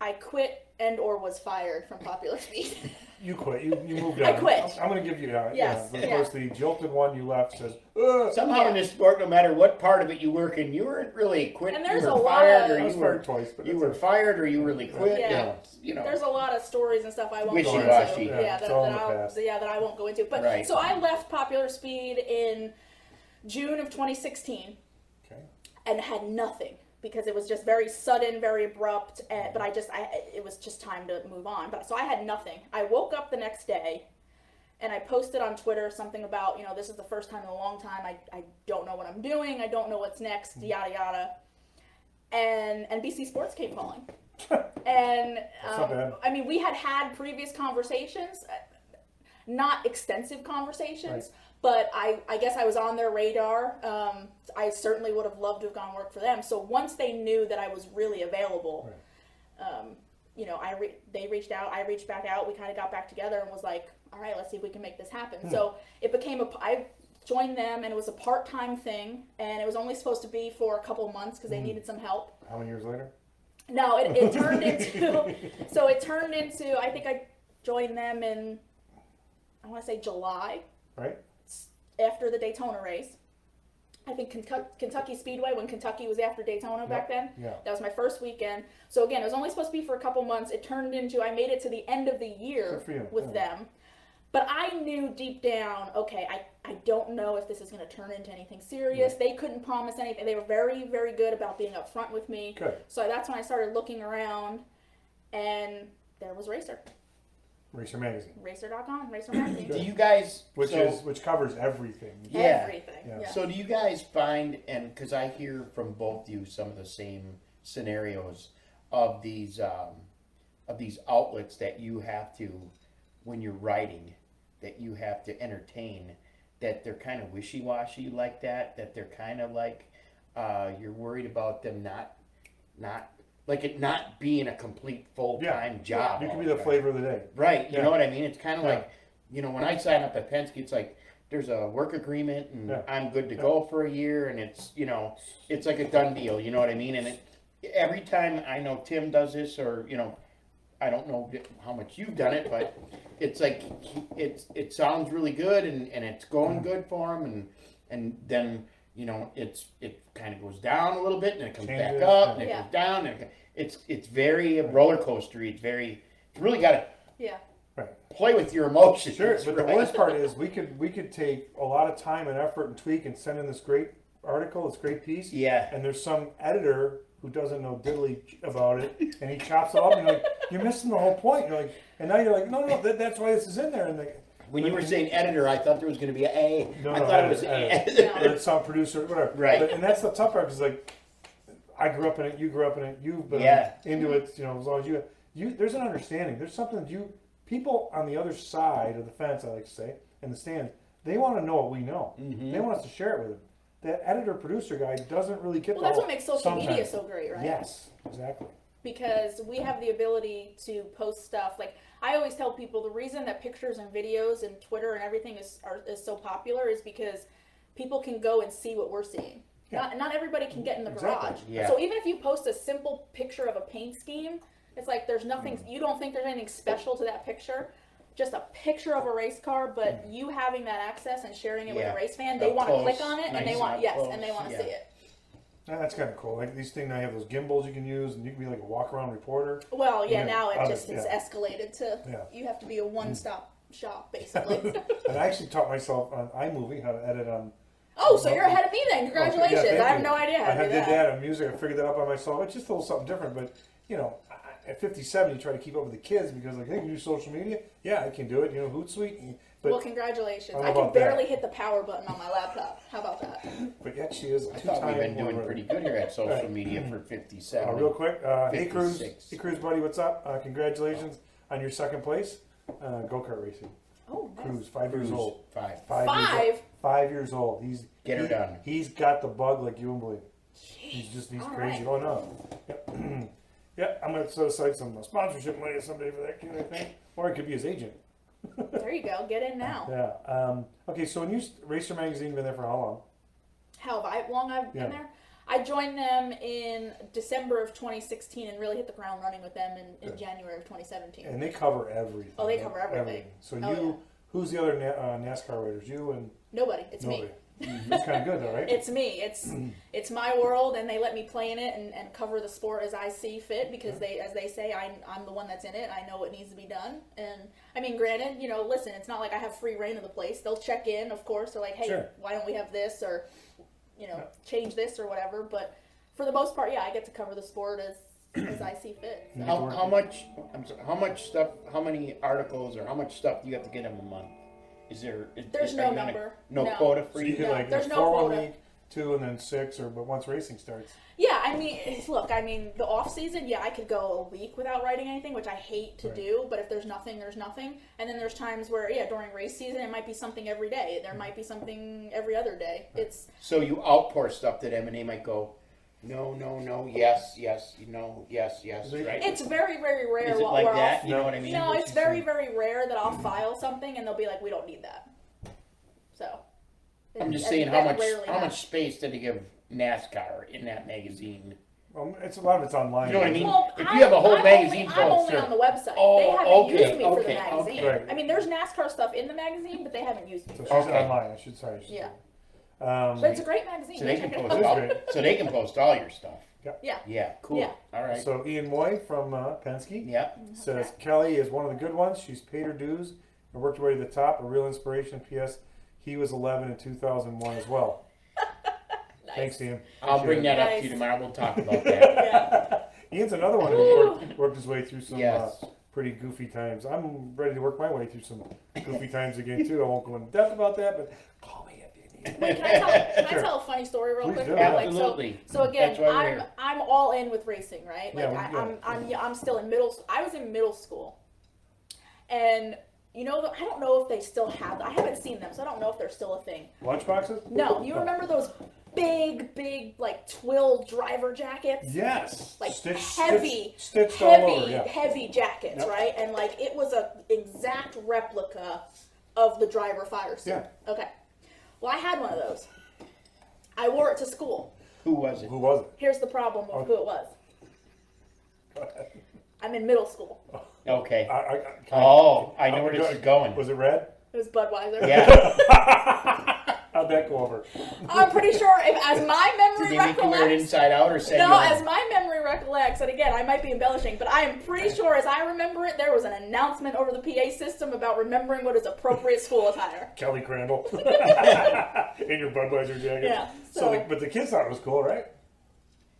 S3: I quit and or was fired from Popular Speed.
S1: you quit. You, you moved on.
S3: I quit.
S1: I'm, going to give you that.
S3: Yes,
S1: Yeah. Of
S3: yeah.
S1: course, the jilted one you left says, "Ugh."
S2: Somehow in this sport, no matter what part of it you work in, you weren't really quit.
S3: And there's
S2: you
S3: a
S2: were
S3: lot
S2: fired,
S3: of-
S1: I
S2: or
S1: was
S2: you were
S1: fired twice, but
S2: you
S1: that's
S2: were
S1: it.
S2: fired, or you really quit.
S3: Yeah.
S2: Yeah. You know.
S3: There's a lot of stories and stuff I won't go into.
S2: Wishy-washy.
S3: Yeah,
S1: Yeah,
S3: that,
S1: it's
S3: that,
S1: all in the
S3: I'll,
S1: past.
S3: yeah, that I won't go into. But
S2: Right.
S3: so I left Popular Speed in June of 2016
S1: Okay.
S3: and had nothing because it was just very sudden, very abrupt. And, but I just, I it was just time to move on. But so I had nothing. I woke up the next day, and I posted on Twitter something about you know this is the first time in a long time I I don't know what I'm doing. I don't know what's next.
S1: Hmm.
S3: Yada yada. And NBC Sports came calling. and
S1: not
S3: um,
S1: bad.
S3: I mean, we had had previous conversations, uh, not extensive conversations, but I, I guess I was on their radar. Um, I certainly would have loved to have gone work for them. So once they knew that I was really available, um, you know, I re- they reached out, I reached back out, we kind of got back together and was like, all right, let's see if we can make this happen. So it became a, I joined them and it was a part time thing and it was only supposed to be for a couple months because they needed some help.
S1: How many years later?
S3: No, it, it turned into so it turned into I think I joined them in I want to say July
S1: Right.
S3: after the Daytona race. I think Kentucky, Kentucky Speedway when Kentucky was after Daytona back then.
S1: Yeah.
S3: That was my first weekend. So again, it was only supposed to be for a couple months. It turned into I made it to the end of the year
S1: Good for you,
S3: with
S1: yeah.
S3: them. But I knew deep down, okay, I, I don't know if this is going to turn into anything serious. They couldn't promise anything. They were very, very good about being upfront with me.
S1: Good.
S3: So that's when I started looking around, and there was Racer.
S1: Racer magazine.
S3: Racer.com, Racer Magazine.
S2: Do you guys?
S1: which
S2: so-
S1: is which covers everything.
S2: Yeah.
S3: Everything.
S1: Yeah.
S3: Yeah.
S2: So do you guys find and because I hear from both you some of the same scenarios of these um, of these outlets that you have to when you're writing that you have to entertain that they're kind of wishy washy like that that they're kind of like uh, you're worried about them not not like it not being a complete full time job.
S1: You
S2: all
S1: can be the
S2: time.
S1: flavor of the day.
S2: Right. You
S1: Yeah.
S2: know what I mean? It's kind of like you know, when I sign up at Penske, it's like there's a work agreement and
S1: Yeah.
S2: I'm good to
S1: Yeah.
S2: go for a year, and it's you know, it's like a done deal. You know what I mean? And it, every time I know Tim does this, or you know, I don't know how much you've done it, but it's like he- it's it sounds really good and and it's going
S1: Mm-hmm.
S2: good for him, and and then you know it's it kind of goes down a little bit and it comes back
S1: Changes,
S2: up and it
S3: yeah.
S2: goes down and it, it's it's very roller coaster. It's very it's really got to
S3: Yeah.
S2: play with your emotions.
S1: Sure, but the
S2: right?
S1: worst part is we could we could take a lot of time and effort and tweak and send in this great article, this great piece,
S2: Yeah.
S1: and there's some editor who doesn't know diddly about it, and he chops it up, and you're like, you're missing the whole point. You're like, and now you're like, no, no, that, that's why this is in there, and like,
S2: When you were saying editor, I thought there was going to be a A. I
S1: No, no,
S2: thought it
S1: editor,
S2: was
S1: editor.
S2: A.
S1: or it's some producer, whatever.
S2: Right.
S1: But, and that's the tough part because like, I grew up in it, you grew up in it, you've been
S2: Yeah.
S1: into it, you know, as long as you, you, there's an understanding. There's something that you, people on the other side of the fence, I like to say, in the stands, they want to know what we know.
S2: Mm-hmm.
S1: They want us to share it with them. That editor producer guy doesn't really get
S3: Well,
S1: the
S3: that's
S1: whole-
S3: what makes social media
S1: sometimes.
S3: so great, right?
S1: Yes, exactly.
S3: because we have the ability to post stuff like i always tell people the reason that pictures and videos and twitter and everything is, are, is so popular is because people can go and see what we're seeing
S1: Yeah.
S3: not, not everybody can get in the
S1: Exactly.
S3: garage
S2: Yeah.
S3: so even if you post a simple picture of a paint scheme it's like there's nothing
S2: Mm.
S3: you don't think there's anything special to that picture just a picture of a race car but you having that access and sharing it with
S2: Mm. Yeah.
S3: a race fan they
S2: Up
S3: want to click
S2: close,
S3: on it and they
S2: nice
S3: want
S2: up
S3: yes and they
S2: close,
S3: want to
S2: yeah.
S3: see it
S1: And that's kind of cool. Like these things, now you have those gimbals you can use, and you can be like a walk around reporter.
S3: Well, yeah,
S1: Yeah,
S3: now it
S1: other-
S3: just is
S1: yeah.
S3: escalated to
S1: Yeah. Mm-hmm.
S3: you have to be a one stop shop basically.
S1: And I actually taught myself on iMovie how to edit on
S3: oh, so you're ahead of me then.
S1: Oh,
S3: Congratulations.
S1: yeah, thank
S3: I have
S1: you.
S3: no idea
S1: I
S3: how to do
S1: had did
S3: that.
S1: that on music. I figured that out by myself. It's just a little something different, but you know, I- at 57, you try to keep up with the kids because like, hey, can you do social media? Yeah, I can do it. You know, Hootsuite. But
S3: well, congratulations.
S1: I don't
S3: I
S1: know
S3: can
S1: about that.
S3: barely hit the power button on my laptop. How about that?
S1: but yet she is a
S2: I
S1: two-time.
S2: thought we've been doing
S1: winner.
S2: pretty good here at social
S1: Right.
S2: media for 57.
S1: Uh, real quick, uh, hey Cruz,
S2: 56.
S1: hey Cruz, buddy, what's up? Uh, congratulations on your second place uh, go kart racing.
S3: Oh, nice.
S1: Cruz, five
S2: Cruz,
S1: years old.
S2: Five.
S1: Five. Years
S3: Five?
S1: old. Five years old. He's
S2: Get her
S1: he-
S2: done.
S1: He's got the bug like you wouldn't believe. He's just he's
S3: All
S1: crazy. Oh
S3: right.
S1: no. Yep. yep. I'm gonna set aside some uh, sponsorship money someday for that kid, I think, or it could be his agent.
S3: There you go. Get in now.
S1: Yeah. Um, okay. So when you st- Racer Magazine been there for how long?
S3: How have I long I've
S1: Yeah.
S3: been there? I joined them in December of 2016 and really hit the ground running with them in, in January of 2017.
S1: And they cover everything.
S3: Oh, they cover everything.
S1: So
S3: Oh,
S1: you,
S3: yeah.
S1: who's the other na- uh, NASCAR writers? You and
S3: Nobody. It's me.
S1: nobody. It's kind of good though, right?
S3: It's me. It's it's my world, and they let me play in it and, and cover the sport as I see fit because they, as they say, I'm, I'm the one that's in it. I know what needs to be done. And I mean, granted, you know, listen, it's not like I have free reign of the place. They'll check in, of course. They're like, hey,
S1: Sure.
S3: why don't we have this or, you know, change this or whatever. But for the most part, yeah, I get to cover the sport as as I see fit. So.
S2: How, how much? I'm sorry, how much stuff? How many articles or how much stuff do you have to get in a month? Is there? Is,
S3: There's
S2: is-
S3: no
S2: are you on a-
S3: number.
S2: No,
S3: No.
S2: quota for
S1: So you
S2: you.
S1: could
S3: Yeah,
S1: like
S3: there's
S1: there's
S3: no
S1: four one
S3: quota.
S1: week, two, and then six, or but once racing starts.
S3: Yeah, I mean, look, I mean, the off season, yeah, I could go a week without writing anything, which I hate to
S1: Right.
S3: do. But if there's nothing, there's nothing. And then there's times where, yeah, during race season, it might be something every day.
S2: Mm-hmm.
S3: There might be something every other day. It's
S2: So you outpour stuff that M and A might go, no, no, no, yes, yes, no, yes, yes,
S1: Is it-
S2: right?
S3: it's very very rare.
S2: Is it
S3: while
S2: like
S3: we're
S2: that?
S3: Off.
S2: You know what I mean?
S3: No,
S2: What
S3: it's
S2: you
S3: very
S2: say?
S3: very rare that
S2: Mm-hmm.
S3: I'll file something and they'll be like, we don't need that. So.
S2: I'm
S3: it-
S2: just
S3: I
S2: saying
S3: think
S2: how
S3: that
S2: much
S3: rarely
S2: how much
S3: happens.
S2: space did they give NASCAR in that magazine?
S1: Well, um, it's a lot of it's online.
S2: You know what I mean?
S3: Well,
S2: If
S3: I-
S2: you have a whole
S3: I'm
S2: magazine
S3: only,
S2: full
S3: I'm
S2: of
S3: only
S2: stuff.
S3: on the website.
S2: Oh,
S3: they haven't
S2: okay,
S3: used me for the
S2: okay, okay.
S3: magazine.
S1: Right.
S3: I mean, there's NASCAR stuff in the magazine, but they haven't used me.
S1: So
S3: for
S1: she's
S3: it.
S2: Okay.
S1: online. I should sorry. I should say.
S3: Yeah.
S1: Um,
S3: But it's a great magazine.
S2: So they
S3: Check
S2: can
S3: it
S2: post
S3: out.
S1: That's
S2: all.
S1: great.
S2: So they can post all your stuff.
S3: Yeah.
S2: Yeah. Cool.
S3: Yeah.
S2: All right.
S1: so Ian Moy from uh, Penske
S2: yep.
S1: says Kelly is one of the good ones. She's paid her dues and worked her way to the top. A real inspiration. P.S. He was 11 in 2001 as well. Thanks, Ian.
S2: I'll bring
S1: Appreciate
S2: that up to
S3: Nice.
S2: you tomorrow. We'll talk about that.
S1: Ian's another one who worked, worked his way through some
S2: Yes.
S1: uh, pretty goofy times. I'm ready to work my way through some goofy times again too. I won't go in depth about that, but call me if you need.
S3: Wait, can I tell, can
S2: Sure.
S3: I tell a funny story real
S1: Please
S3: quick?
S1: do.
S3: Like, so-
S2: Absolutely.
S3: So, again,
S2: That's why we're
S3: I'm
S2: here.
S3: I'm all in with racing, right? Like
S1: Yeah, we
S3: I,
S1: do.
S3: I'm I'm yeah, I'm still in middle. s- I was in middle school, and you know I don't know if they still have. I haven't seen them, so I don't know if they're still a thing.
S1: Lunchboxes?
S3: No, you remember those big, big like twill driver jackets?
S1: Yes.
S3: like
S1: Stitch-
S3: heavy,
S1: stitched, stitched
S3: heavy,
S1: all over. Yeah.
S3: heavy jackets,
S1: Yep.
S3: right? And like it was a exact replica of the driver fire suit.
S1: Yeah.
S3: Okay. Well, I had one of those. I wore it to school.
S2: Who was it?
S1: Who was it?
S3: Here's the problem
S1: Oh.
S3: with who it was. I'm in middle school.
S2: Okay.
S1: I, I, can I-
S2: Oh, I know
S1: I'm
S2: where this
S1: go-
S2: is going.
S1: Was it red?
S3: It was Budweiser.
S2: Yeah.
S1: How'd that go over?
S3: I'm pretty sure, if, as my
S2: Did
S3: memory
S2: they make you wear it
S3: recollects.
S2: inside out or say
S3: No, as my memory recollects, and again, I might be embellishing, but I am pretty sure, as I remember it, there was an announcement over the PA system about remembering what is appropriate school attire.
S1: Kelly Crandall in your Budweiser jacket.
S3: Yeah,
S1: So,
S3: so-
S1: the, but the kids thought it was cool, right?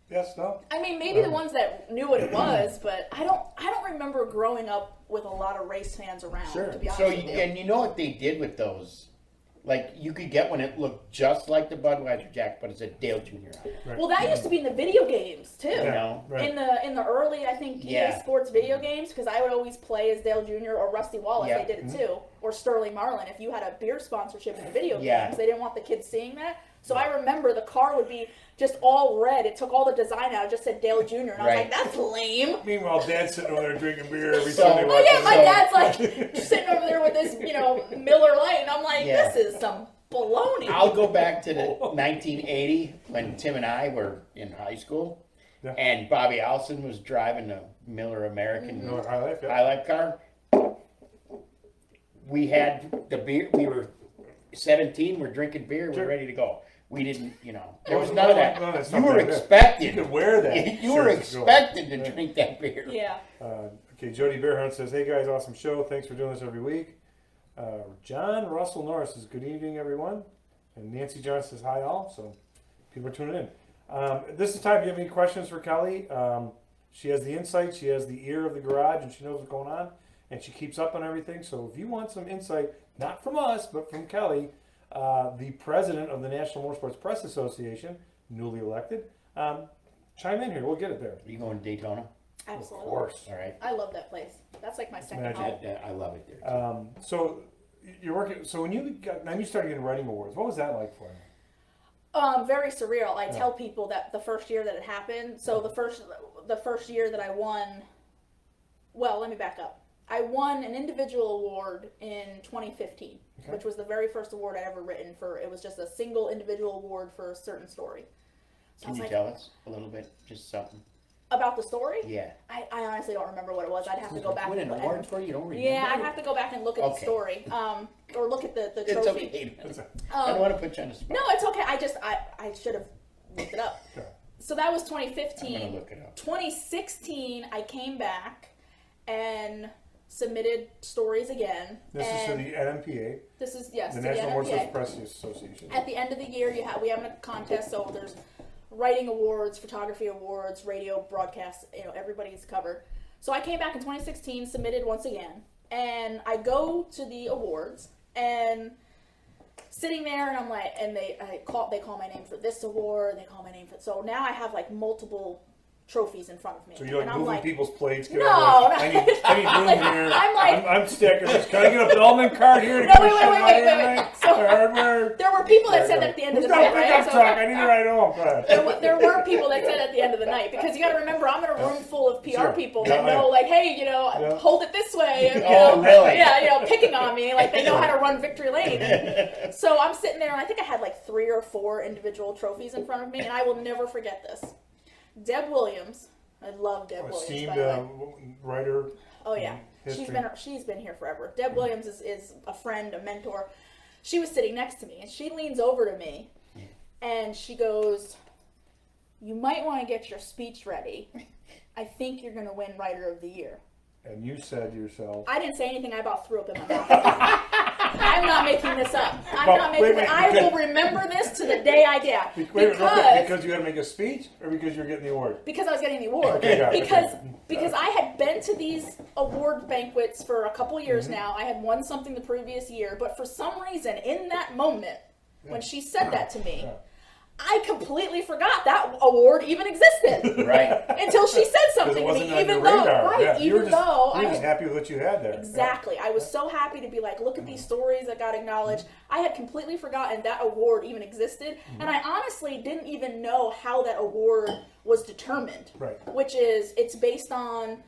S1: Yes. No.
S3: I mean, maybe
S2: Um,
S3: the ones that knew what it was, but I don't. I don't remember growing up with a lot of race fans around.
S1: Sure.
S3: To be honest
S2: So
S3: with
S2: you,
S3: you,
S2: and you know what they did with those? Like you could get one that looked just like the Budweiser Jack, but it's a Dale Junior on it.
S3: well, that used to be in the video games too.
S2: You know?
S1: Right.
S3: In the in the early, I think, EA
S2: Yeah.
S3: Sports video games, because I would always play as Dale Jr. or Rusty Wallace.
S2: Yeah. Mm-hmm.
S3: They did it too, or Sterling Marlin. If you had a beer sponsorship in the video
S2: Yeah.
S3: games, they didn't want the kids seeing that. So I remember the car would be just all red. It took all the design out. It just said Dale Jr. And I was
S2: Right.
S3: like, that's lame.
S1: Meanwhile, Dad's sitting over there drinking beer every
S2: So-
S1: Sunday.
S2: Oh,
S3: Oh
S1: watching
S3: yeah, my
S2: So-
S3: dad's like sitting over there with this, you know, Miller Lite, and I'm like,
S2: Yeah.
S3: this is some baloney.
S2: I'll go back to the 1980 when Tim and I were in high school,
S1: Yeah.
S2: and Bobby Allison was driving the Miller American
S3: Mm-hmm.
S1: You know, high life. Yeah.
S2: High Life car. We had the beer. We were 17. We're drinking beer.
S1: Sure.
S2: We're ready to go. We didn't, you know, there was
S1: Well,
S2: none of
S1: no,
S2: that.
S1: no, that's
S2: you
S1: not
S2: were
S1: bad, yeah.
S2: expected.
S1: You could wear that.
S2: you
S1: Sure,
S2: were
S1: it's cool.
S2: expected to drink that beer.
S3: yeah.
S1: Uh, okay, Jody Bearhunt says, "Hey guys, awesome show. Thanks for doing this every week." Uh, John Russell Norris says, "Good evening, everyone," and Nancy John says, "Hi all." So people are tuning in. Um, at this time, if you have any questions for Kelly, um, she has the insight, she has the ear of the garage, and she knows what's going on, and she keeps up on everything. So if you want some insight, not from us, but from Kelly, uh, the president of the National Motorsports Press Association, newly elected, um, chime in here. We'll get it there.
S2: You going to Daytona?
S1: Of
S3: Absolutely.
S1: course.
S2: All right.
S3: I love that place. That's like my second
S1: Magic.
S2: I,
S3: home.
S2: I love it there. too.
S1: Um, so you're working. So when you got, now you started getting writing awards. What was that like for you?
S3: Um, very surreal. I tell people that the first year that it happened. So the first the first year that I won. Well, let me back up. I won an individual award in 2015,
S1: Okay.
S3: which was the very first award I'd ever written for. It was just a single individual award for a certain story. So I
S2: Can
S3: was
S2: you
S3: like,
S2: tell us a little bit, just something?
S3: about the story?
S2: Yeah.
S3: I, I honestly don't remember what it was. I'd have to go back
S2: Win
S3: and
S2: an
S3: look.
S2: award for you? Don't remember?
S3: Yeah, I'd have to go back and look at the
S2: Okay.
S3: story, um, or look at the, the
S2: It's
S3: trophy.
S2: okay. man. I don't
S3: Um,
S2: want to put you on the spot.
S3: no, it's okay. I just I, I should have looked it up.
S1: Sure.
S3: So that was
S2: I'm gonna
S3: 2015.
S2: look it up.
S3: 2016, I came back and submitted stories again.
S1: This is for
S3: and
S1: the NMPA,
S3: this is yes,
S1: the
S3: to
S1: National Motorsports
S3: NMPA.
S1: Press Association.
S3: At the end of the year, you have we have a contest. So there's writing awards, photography awards, radio broadcasts. You know, everybody's covered. So I came back in 2016, submitted once again, and I go to the awards and sitting there, and I'm like, and they I call they call my name for this award, they call my name for so now I have like multiple trophies in front of me,
S1: So you're
S3: and
S1: like
S3: I'm
S1: moving
S3: like,
S1: people's plates. get
S3: No,
S1: out
S3: no.
S1: of the way. I need, I need room
S3: Like,
S1: here.
S3: I'm like-
S1: I'm, I'm stacking this. Can I get a Bellman card here? To
S3: No, wait, wait,
S1: push
S3: wait,
S1: my
S3: wait, wait, wait.
S1: right?
S3: So-
S1: The hardware.
S3: there were people that said that at the end of the
S1: Who's got a
S3: night, right?
S1: pickup
S3: So-
S1: truck? I need to ride home. Go ahead.
S3: there, were, there were people that said at the end of the night because you got to remember I'm in a room full of PR
S1: Sure.
S3: people
S1: Yeah,
S3: that
S1: yeah.
S3: know like hey you know
S1: Yeah.
S3: hold it this way you
S2: Oh,
S3: know,
S2: really?
S3: yeah you know picking on me like they know how to run victory lane so I'm sitting there and I think I had like three or four individual trophies in front of me and I will never forget this Deb Williams I love Deb Williams by
S1: Esteemed
S3: the way.
S1: uh, writer.
S3: Oh yeah, she's
S1: History. Mm-hmm.
S3: been she's been here forever. Deb Williams is, is a friend, a mentor. She was sitting next to me, and she leans over to me, and she goes, "You might want to get your speech ready. I think you're going to win Writer of the Year."
S1: And you said to yourself.
S3: I didn't say anything. I about threw up in my mouth. I'm not making this up. I'm
S1: Well,
S3: not
S1: wait a
S3: making.
S1: minute,
S3: it. I
S1: because-
S3: will remember this to the day I die
S1: Wait, wait, real quick,
S3: because
S1: because you had to make a speech, or because you were getting the award.
S3: because I was getting the award.
S1: Okay, got it,
S3: because
S1: okay.
S3: because I had been to these award banquets for a couple years
S1: Mm-hmm.
S3: now. I had won something the previous year, but for some reason, in that moment when she said that to me,
S1: Yeah.
S3: I completely forgot that award even existed
S2: Right.
S3: until she said
S1: Because it
S3: something to me.
S1: wasn't on
S3: Even
S1: your
S3: though,
S1: radar.
S3: right?
S1: Yeah, you were
S3: even
S1: just-
S3: though
S1: you
S3: I
S1: were
S3: had
S1: just happy with what you had there. Yeah.
S3: Exactly. I was so happy to be like, look at these stories that got acknowledged. I had completely forgotten that award even existed, and I honestly didn't even know how that award was determined.
S1: Right.
S3: Which is, it's based on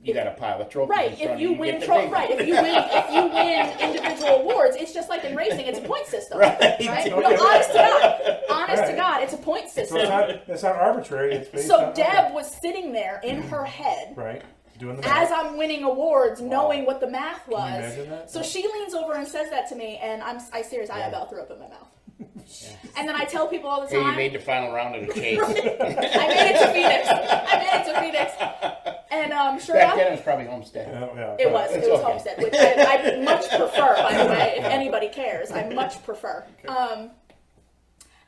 S2: you
S3: If-
S2: got a pile of trophies. in
S3: Right.
S2: front
S3: If
S2: of
S3: you
S2: get
S3: win,
S2: the
S3: tro-
S2: big
S3: right.
S2: one.
S3: If you win, if you win individual awards, it's just like in racing. It's a point system.
S2: Right.
S3: No, honest to God. Honest to
S1: Right.
S3: God, it's a point
S1: So it's
S3: system.
S1: not, it's not arbitrary. It's based
S3: So
S1: on,
S3: Deb was sitting there in her head
S1: Right. Doing the
S3: as
S1: math.
S3: I'm winning awards, knowing what the math was.
S1: imagine that?
S3: So she leans over and says that to me, and I'm I serious. I about threw up in my mouth. And then I tell people all the
S2: Hey,
S3: time.
S2: you made the final round of the chase.
S3: I made it to Phoenix. I made it to Phoenix. And um, sure
S2: Back
S3: enough,
S2: then, it was probably homestead.
S1: Yeah, yeah.
S3: It was.
S2: It's
S3: it was
S2: okay.
S3: Homestead, which I, I much prefer, by the way, if anybody cares. I much prefer. Um,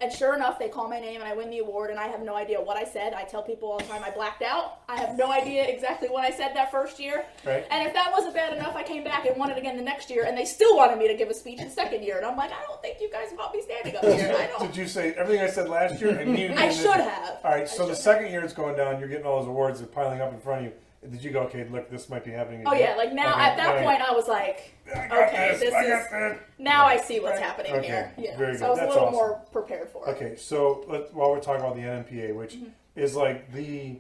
S3: and sure enough, they call my name and I win the award, and I have no idea what I said. I tell people all the time I blacked out. I have no idea exactly what I said that first year.
S1: Right.
S3: And if that wasn't bad enough, I came back and won it again the next year, and they still wanted me to give a speech the second year. And I'm like, I don't think you guys want me standing up here. I don't.
S1: Did you say everything I said last year? And you
S3: I should have.
S1: All
S3: I
S1: right. So the
S3: should
S1: second year it's going down. You're getting all those awards. They're piling up in front of you. Did you go? Okay, look, this might be happening.
S3: Oh yeah, like now
S1: Okay,
S3: at that
S1: all
S3: point
S1: right.
S3: I was like,
S1: I got
S3: okay,
S1: this,
S3: this
S1: I got
S3: is
S1: this.
S3: now I see what's happening
S1: Okay,
S3: here. Yeah,
S1: very
S3: so
S1: good.
S3: I was
S1: That's
S3: a little
S1: awesome.
S3: more prepared for it.
S1: Okay, so let, while we're talking about the NMPA, which
S3: Mm-hmm.
S1: is like the,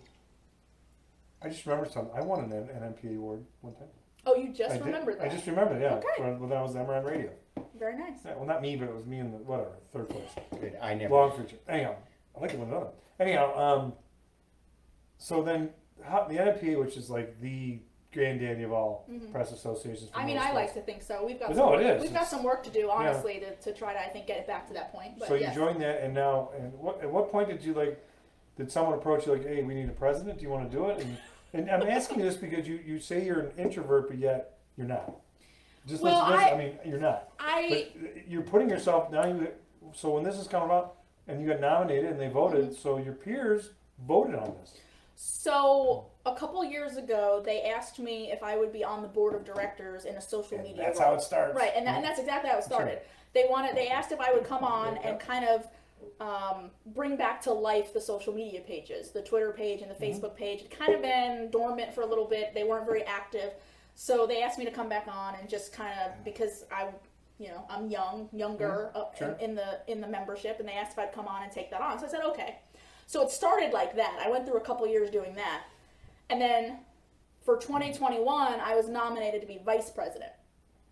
S1: I just remembered something. I won an NMPA award one time.
S3: Oh, you just
S1: I did-
S3: remembered that.
S1: I just remembered, yeah.
S3: Okay.
S1: When, when I was MRM Radio.
S3: Very nice.
S1: Yeah, well, not me, but it was me and the, whatever, third place.
S2: Dude, I never.
S1: Long future. Anyhow, I like it when another. Anyhow, um, so then how, the NMPA, which is like the granddaddy of all press associations. for
S3: Mm-hmm. I mean,
S1: most
S3: I like
S1: things.
S3: to think so. We've got
S1: No,
S3: some,
S1: it is.
S3: we've got
S1: It's-
S3: some work to do, honestly, to, to try to I think get it back to that point. But
S1: So you
S3: yes.
S1: joined that, and now, and what at what point did you like? Did someone approach you like, "Hey, we need a president. Do you want to do it?" And, and I'm asking you this because you you say you're an introvert, but yet you're not. Just
S3: Well,
S1: listen to this.
S3: I-
S1: I mean, you're not.
S3: I
S1: But you're putting yourself now. You so when this is coming up, and you got nominated, and they
S3: Mm-hmm.
S1: voted, so your peers voted on this.
S3: so a couple years ago they asked me if I would be on the board of directors in a social
S1: And
S3: media.
S1: that's
S3: role.
S1: how it starts.
S3: Right, and, that, and that's exactly how it started. They wanted, they asked if I would come on and kind of um, bring back to life the social media pages, the Twitter page and the
S1: Mm-hmm.
S3: Facebook page. It kind of been dormant for a little bit. They weren't very active, so they asked me to come back on and just kind of because I, you know, I'm young, younger uh,
S1: Mm-hmm. sure.
S3: in, in the in the membership, and they asked if I'd come on and take that on. So I said okay. So it started like that. I went through a couple years doing that, and then for 2021, I was nominated to be vice president.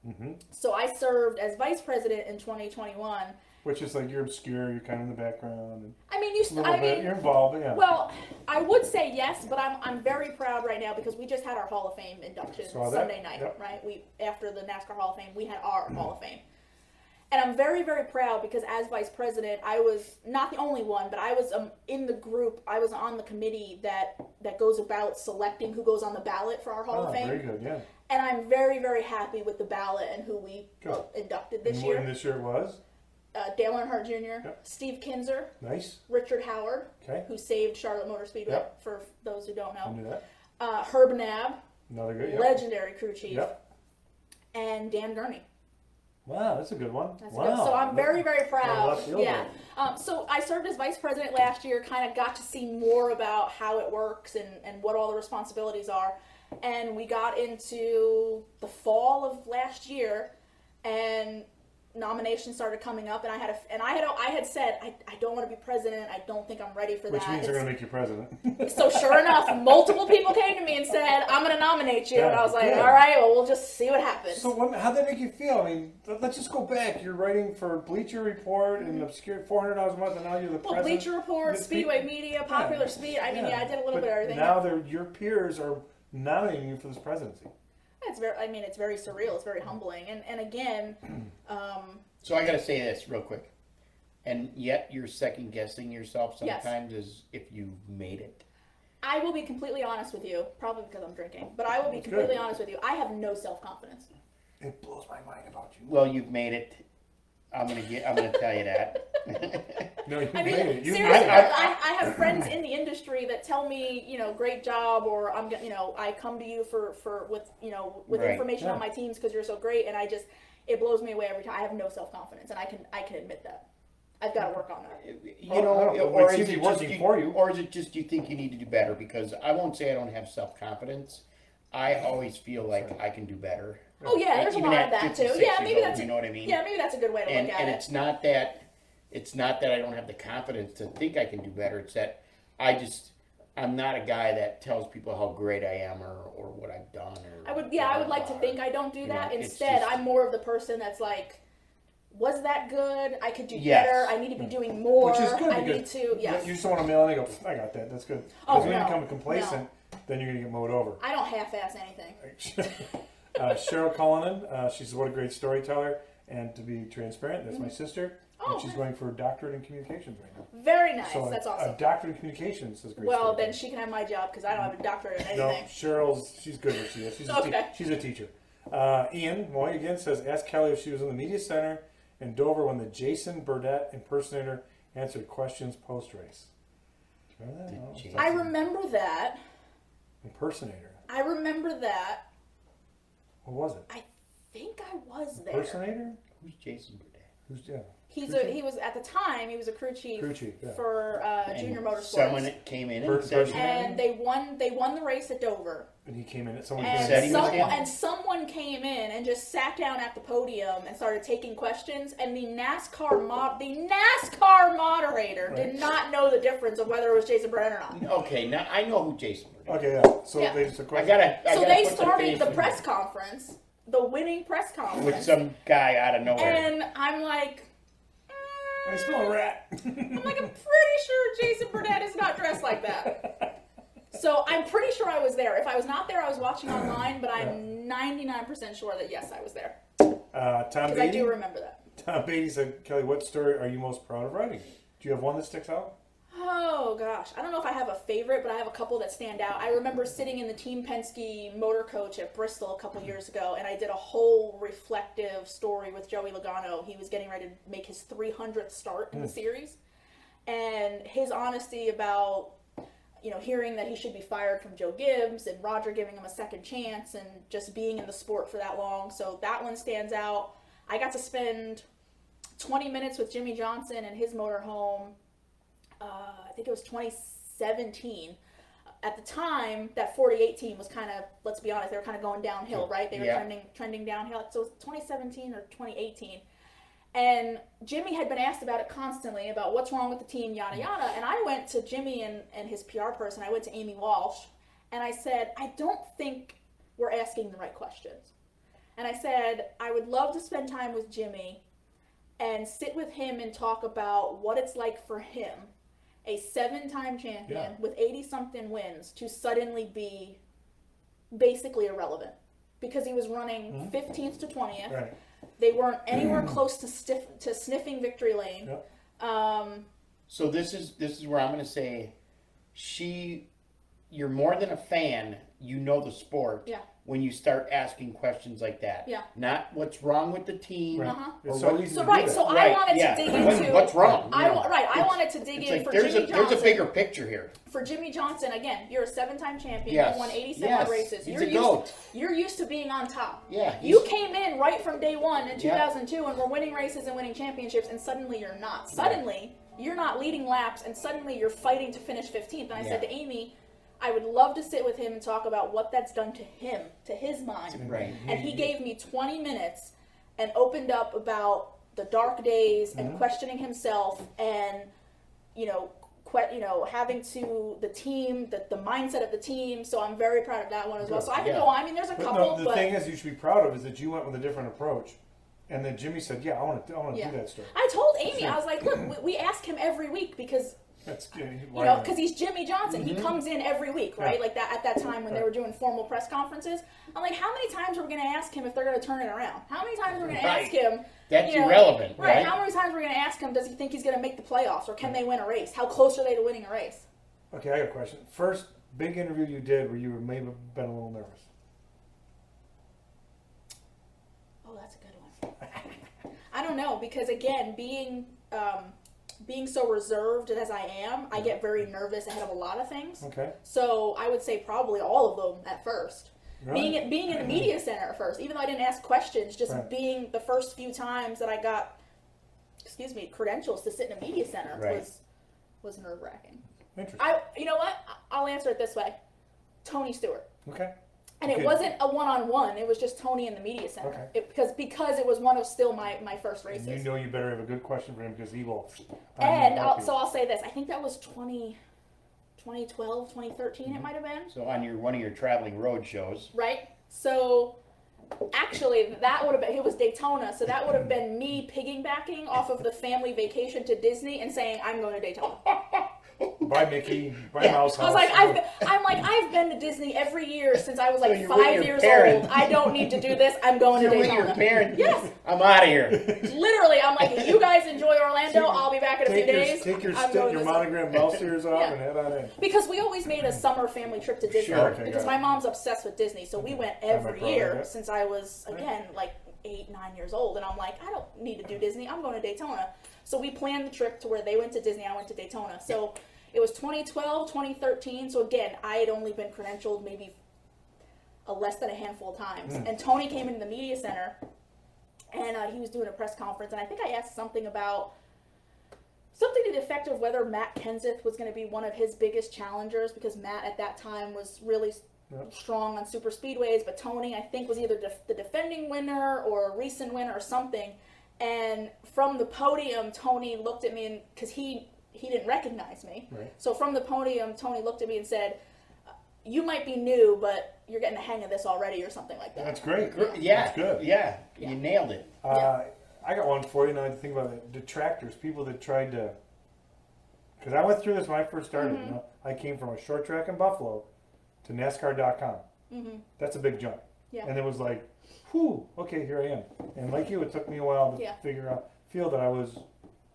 S1: Mm-hmm.
S3: So I served as vice president in 2021.
S1: Which is like you're obscure. You're kind of in the background. And
S3: I mean, you.
S1: a
S3: St-
S1: little
S3: I
S1: bit.
S3: mean,
S1: you're involved. but Yeah.
S3: well, I would say yes, but I'm I'm very proud right now because we just had our Hall of Fame induction
S1: Saw that.
S3: Sunday night,
S1: Yep. Mm-hmm.
S3: right? We after the NASCAR Hall of Fame, we had our Hall of Fame. And I'm very, very proud because as vice president, I was not the only one, but I was um, in the group. I was on the committee that that goes about selecting who goes on the ballot for our Hall
S1: Oh,
S3: of Fame.
S1: very good. Yeah.
S3: And I'm very, very happy with the ballot and who we
S1: Good.
S3: uh, inducted
S1: And
S3: this
S1: what- and
S3: year.
S1: this year it was
S3: Uh, Dale Earnhardt Jr.,
S1: Yep.
S3: Steve Kinzer,
S1: nice.
S3: Richard Howard,
S1: Okay.
S3: who saved Charlotte Motor Speedway,
S1: Yep.
S3: for those who don't
S1: I
S3: know.
S1: knew that.
S3: Uh, Herb Nab,
S1: Another good. Yep.
S3: legendary crew chief,
S1: Yep.
S3: and Dan Gurney.
S1: Wow, that's a good one.
S3: That's
S1: wow.
S3: good. So I'm very, very
S1: Well,
S3: proud.
S1: left field
S3: Yeah.
S1: there.
S3: Um, so I served as vice president last year, kind of got to see more about how it works and, and what all the responsibilities are. And we got into the fall of last year and nominations started coming up and I had a, and I had I had said I, I don't want to be president I don't think I'm ready for
S1: Which
S3: that
S1: means they're
S3: It's-
S1: going to make you president.
S3: So sure enough, multiple people came to me and said, "I'm going to nominate you," and I was like,
S1: Yeah.
S3: "All right, well, we'll just see what happens."
S1: so what, how'd that make you feel? I mean, let- let's just go back. You're writing for Bleacher Report and obscure four hundred dollars a month, and now you're the
S3: Mm-hmm. well,
S1: president.
S3: Bleacher Report,
S1: The
S3: Speedway
S1: peop-
S3: Media, Popular
S1: Yeah.
S3: Speed. I mean, yeah, I did a little
S1: but
S3: bit of everything.
S1: Now they're, your peers are nominating you for this presidency.
S3: It's very, I mean, it's very surreal. It's very humbling. And and again, um,
S2: So I got to say this real quick. And yet, you're second guessing yourself
S3: Yes.
S2: sometimes is if you made it.
S3: I will be completely honest with you, probably because I'm drinking, but I will be
S1: That's good.
S3: completely honest with you. I have no self confidence.
S1: It blows my mind about you.
S2: Well, you've made it. I'm gonna get. I'm gonna tell you that.
S1: No, you
S3: I mean,
S1: made it. You
S3: seriously,
S1: made it.
S2: I-
S3: I, I have friends in the industry that tell me, you know, great job, or I'm, get- you know, I come to you for, for with, you know, with
S2: Right.
S3: information on
S1: Yeah.
S3: my teams because you're so great, and I just, it blows me away every time. I have no self confidence, and I can, I can admit that. I've got to work on that.
S2: you
S1: Oh,
S2: know,
S1: no,
S2: or
S1: it
S2: is
S1: seems
S2: it
S1: to be
S2: just
S1: working for you.
S2: Or is it just you think you need to do better? Because I won't say I don't have self confidence. I always feel like I can do better.
S3: Oh yeah, there's a
S2: Even
S3: lot
S2: at
S3: of that too.
S2: 56
S3: Yeah,
S2: years
S3: maybe
S2: old,
S3: that's,
S2: you
S3: a,
S2: know what I mean.
S3: yeah, maybe that's a good way to
S2: and
S3: look at
S2: and
S3: it.
S2: it's not that it's not that I don't have the confidence to think I can do better. It's that I just I'm not a guy that tells people how great I am or, or what I've done or.
S3: I would, yeah, I would
S2: blah,
S3: like to
S2: blah.
S3: think I don't do
S2: You
S3: that.
S2: know, it's
S3: Instead,
S2: just-
S3: I'm more of the person that's like, was that good? I could do
S2: Yes. Mm.
S3: better. I need to be doing more.
S1: Which is good
S3: I need
S1: because
S3: to, yes.
S1: You just want to mail in and go, I got that. That's good.
S3: Oh,
S1: Because when
S3: no,
S1: you become complacent, then you're going to get mowed over.
S3: I don't half-ass anything.
S1: uh, Cheryl Cullinan, uh, she's what a great storyteller. And to be transparent, that's my sister.
S3: Oh,
S1: and she's
S3: nice.
S1: going for a doctorate in communications right now.
S3: Very nice.
S1: So
S3: that's
S1: a,
S3: awesome.
S1: a doctorate in communications is a great.
S3: well,
S1: story.
S3: then she can have my job because I don't have a doctorate in
S1: No,
S3: anything.
S1: Cheryl's she's good where she is. She's a, te-
S3: Okay.
S1: she's a teacher. Uh, Ian Moy again says, ask Kelly if she was in the media center in Dover when the Jason Burdett impersonator answered questions post race. Remember that?
S2: The
S1: No, it's
S2: Jason-
S1: not-
S3: I remember that.
S1: impersonator.
S3: I remember that.
S1: What was it?
S3: I think I was there.
S1: Impersonator?
S2: Who's Jason Bourdain?
S1: Who's yeah?
S3: He's
S1: Crew
S3: a
S1: chief?
S3: he was at the time he was a crew chief
S1: Crew chief, yeah.
S3: for uh,
S2: And
S3: Junior Motorsports,
S2: Someone came in and
S1: First
S2: said,
S1: person.
S3: and they won they won the race at Dover.
S1: And he came in. and Someone
S3: And,
S1: came
S2: he
S1: in.
S2: was
S3: someone,
S2: in.
S3: and someone came in and just sat down at the podium and started taking questions. And the NASCAR mod, the NASCAR moderator
S1: Right.
S3: did not know the difference of whether it was Jason Brennan or not.
S2: Okay, now I know who Jason Bourdain. is.
S1: Okay, yeah. So
S3: Yeah.
S1: they just a
S2: I
S1: question.
S2: gotta. I
S3: So
S2: gotta
S3: they
S2: put their
S3: started
S2: face
S3: the
S2: in
S3: press conference, the winning press conference,
S2: with some guy out of nowhere.
S3: and I'm like,
S1: I smell a rat.
S3: I'm like, I'm pretty sure Jason Burnett is not dressed like that. So I'm pretty sure I was there. If I was not there, I was watching online, but I'm 99% sure that yes, I was there.
S1: uh, Tom
S3: Because I
S1: Beatty.
S3: do remember that.
S1: Tom Beatty said, Kelly, what story are you most proud of writing? Do you have one that sticks out?
S3: Oh gosh, I don't know if I have a favorite, but I have a couple that stand out. I remember sitting in the Team Penske motor coach at Bristol a couple years ago, and I did a whole reflective story with Joey Logano. He was getting ready to make his 300th start in the series, and his honesty about you know hearing that he should be fired from Joe Gibbs and Roger giving him a second chance and just being in the sport for that long. So that one stands out. I got to spend 20 minutes with Jimmy Johnson and his motorhome uh, I think it was 2017. At the time, that 48 team was kind of, let's be honest, they were kind of going downhill, right? They were
S2: Yeah.
S3: trending trending downhill. So it was 2017 or 2018. And Jimmy had been asked about it constantly about what's wrong with the team, yada
S2: Mm.
S3: yada. And I went to Jimmy and, and his PR person, I went to Amy Walsh, and I said, I don't think we're asking the right questions. And I said, I would love to spend time with Jimmy and sit with him and talk about what it's like for him, a seven time champion
S1: Yeah.
S3: with 80 something wins, to suddenly be basically irrelevant because he was running 15th to 20th.
S1: Hmm. Right.
S3: They weren't anywhere close to stiff to sniffing victory lane.
S1: Yep.
S3: Um,
S2: So this is this is where I'm gonna say, she, you're more than a fan. You know the sport.
S3: Yeah.
S2: When you start asking questions like that.
S3: Yeah.
S2: Not what's wrong with the team.
S1: Right.
S3: Uh-huh.
S1: It's
S2: Or
S1: so
S2: what-
S1: easy
S3: so
S1: to
S3: right,
S1: do
S3: so
S1: that.
S2: Right,
S3: I wanted
S2: yeah.
S3: to dig
S2: What-
S3: into
S2: what's wrong.
S3: I
S2: you know?
S3: wa- right, I wanted to dig
S2: It's
S3: in
S2: like,
S3: for
S2: there's
S3: Jimmy
S2: a
S3: Johnson.
S2: there's a bigger picture here.
S3: for Jimmy Johnson again. You're a seven-time champion.
S2: Yes.
S3: You won 87
S2: Yes.
S3: races.
S2: He's
S3: you're
S2: a
S3: used
S2: goat.
S3: you're used to being on top.
S2: Yeah, he's-
S3: You came in right from day 1 in
S2: Yeah.
S3: 2002 and were winning races and winning championships and suddenly you're not. Suddenly you're not leading laps and suddenly you're fighting to finish 15th. And I said
S2: Yeah.
S3: to Amy, I would love to sit with him and talk about what that's done to him, to his mind.
S2: Right.
S3: And he gave me 20 minutes and opened up about the dark days and
S1: Mm-hmm.
S3: questioning himself and you know que- you know having to the team the, the mindset of the team so i'm very proud of that one as well so i can
S2: Yeah.
S3: go on i mean there's a
S1: But
S3: couple
S1: no, the
S3: but
S1: thing is, you should be proud of is that you went with a different approach, and then Jimmy said, "Yeah, I want to, I want to
S3: yeah.
S1: do that story."
S3: i told amy i was like look we, we ask him every week because
S1: That's you
S3: you know, because he's Jimmy Johnson.
S2: Mm-hmm.
S3: He comes in every week, right?
S1: Yeah.
S3: Like that at that time when they were doing formal press conferences. I'm like, how many times are we going to ask him if they're going to turn it around? How many times are we going to
S2: Right.
S3: ask him?
S2: That's
S3: you know,
S2: irrelevant, right?
S3: How many times are we going to ask him? Does he think he's going to make the playoffs, or can they win a race? How close are they to winning a race?
S1: okay, I got a question. First big interview you did where you were maybe been a little nervous.
S3: Oh, that's a good one. I don't know because again, being um, being so reserved as I am, I get very nervous ahead of a lot of things.
S2: Mm.
S1: Okay,
S3: So I would say probably all of them at first.
S1: Really?
S3: Being being in the media center at first, even though I didn't ask questions, just
S1: Right.
S3: being the first few times that I got, excuse me, credentials to sit in a media center
S2: Right.
S3: was was nerve wracking.
S1: interesting.
S3: I you know what? I'll answer it this way: Tony Stewart.
S1: okay,
S3: And it
S1: Okay.
S3: wasn't a one-on-one. It was just Tony in the media center.
S1: Okay.
S3: It, because because it was one of still my, my first
S1: and you
S3: races.
S1: know you better have a good question for him because he will. I
S3: and
S1: know
S3: I'll,
S1: you.
S3: so I'll say this. I think that was 20. 2012, 2013,
S1: Mm-hmm.
S3: it might have been.
S2: So on your one of your traveling road shows,
S3: right? So actually, that would have been it was Daytona, so that would have been me piggybacking off of the family vacation to Disney and saying I'm going to Daytona.
S1: By Mickey, by
S3: Yeah. I
S1: Mouse
S3: was
S1: House.
S3: like, I've I'm like I've been to Disney every year since I was like
S2: So you're with
S3: five
S2: your
S3: years
S2: parents.
S3: old. I don't need to do this. I'm going
S2: you're
S3: to
S2: with your
S3: Daytona.
S2: parents.
S3: Yes.
S2: I'm out of here.
S3: Literally, I'm like, if you guys enjoy Orlando,
S1: Take-
S3: I'll be back in a few
S1: take your,
S3: days.
S1: take your,
S3: I'm
S1: stick,
S3: going
S1: your
S3: this-
S1: monogram mouse ears off
S3: Yeah.
S1: and head on in.
S3: because we always made a summer family trip to Disney
S2: Sure, okay, Mm-hmm.
S3: because
S1: got it.
S3: my mom's obsessed with Disney, so we went
S1: And my
S3: every
S1: brother,
S3: year
S1: yeah.
S3: since I was again like eight, nine years old, and I'm like, I don't need to do Disney. I'm going to Daytona. So we planned the trip to where they went to Disney, I went to Daytona. So it was 2012, 2013. So again, I had only been credentialed maybe a less than a handful of times,
S2: Mm.
S3: and Tony came into the media center, and uh, he was doing a press conference, and I think I asked something about something to the effect of whether Matt Kenseth was going to be one of his biggest challengers because Matt at that time was really s-
S1: Yep.
S3: strong on super speedways, but Tony I think was either def- the defending winner or a recent winner or something. And from the podium, Tony looked at me and because he he didn't recognize me,
S1: Right.
S3: so from the podium, Tony looked at me and said, "You might be new, but you're getting the hang of this already," or something like that.
S1: That's great.
S2: Yeah,
S1: That's good.
S2: yeah, you nailed it.
S3: Yeah.
S1: Uh, I got one for you. Now I think about it. Detractors, people that tried to. Because I went through this when I first started.
S3: Mm-hmm.
S1: You know, I came from a short track in Buffalo to NASCAR.com.
S3: Mhm.
S1: That's a big jump.
S3: Yeah.
S1: And it was like, whew, okay, here I am. And like you, it took me a while to
S3: Yeah.
S1: figure out, feel that I was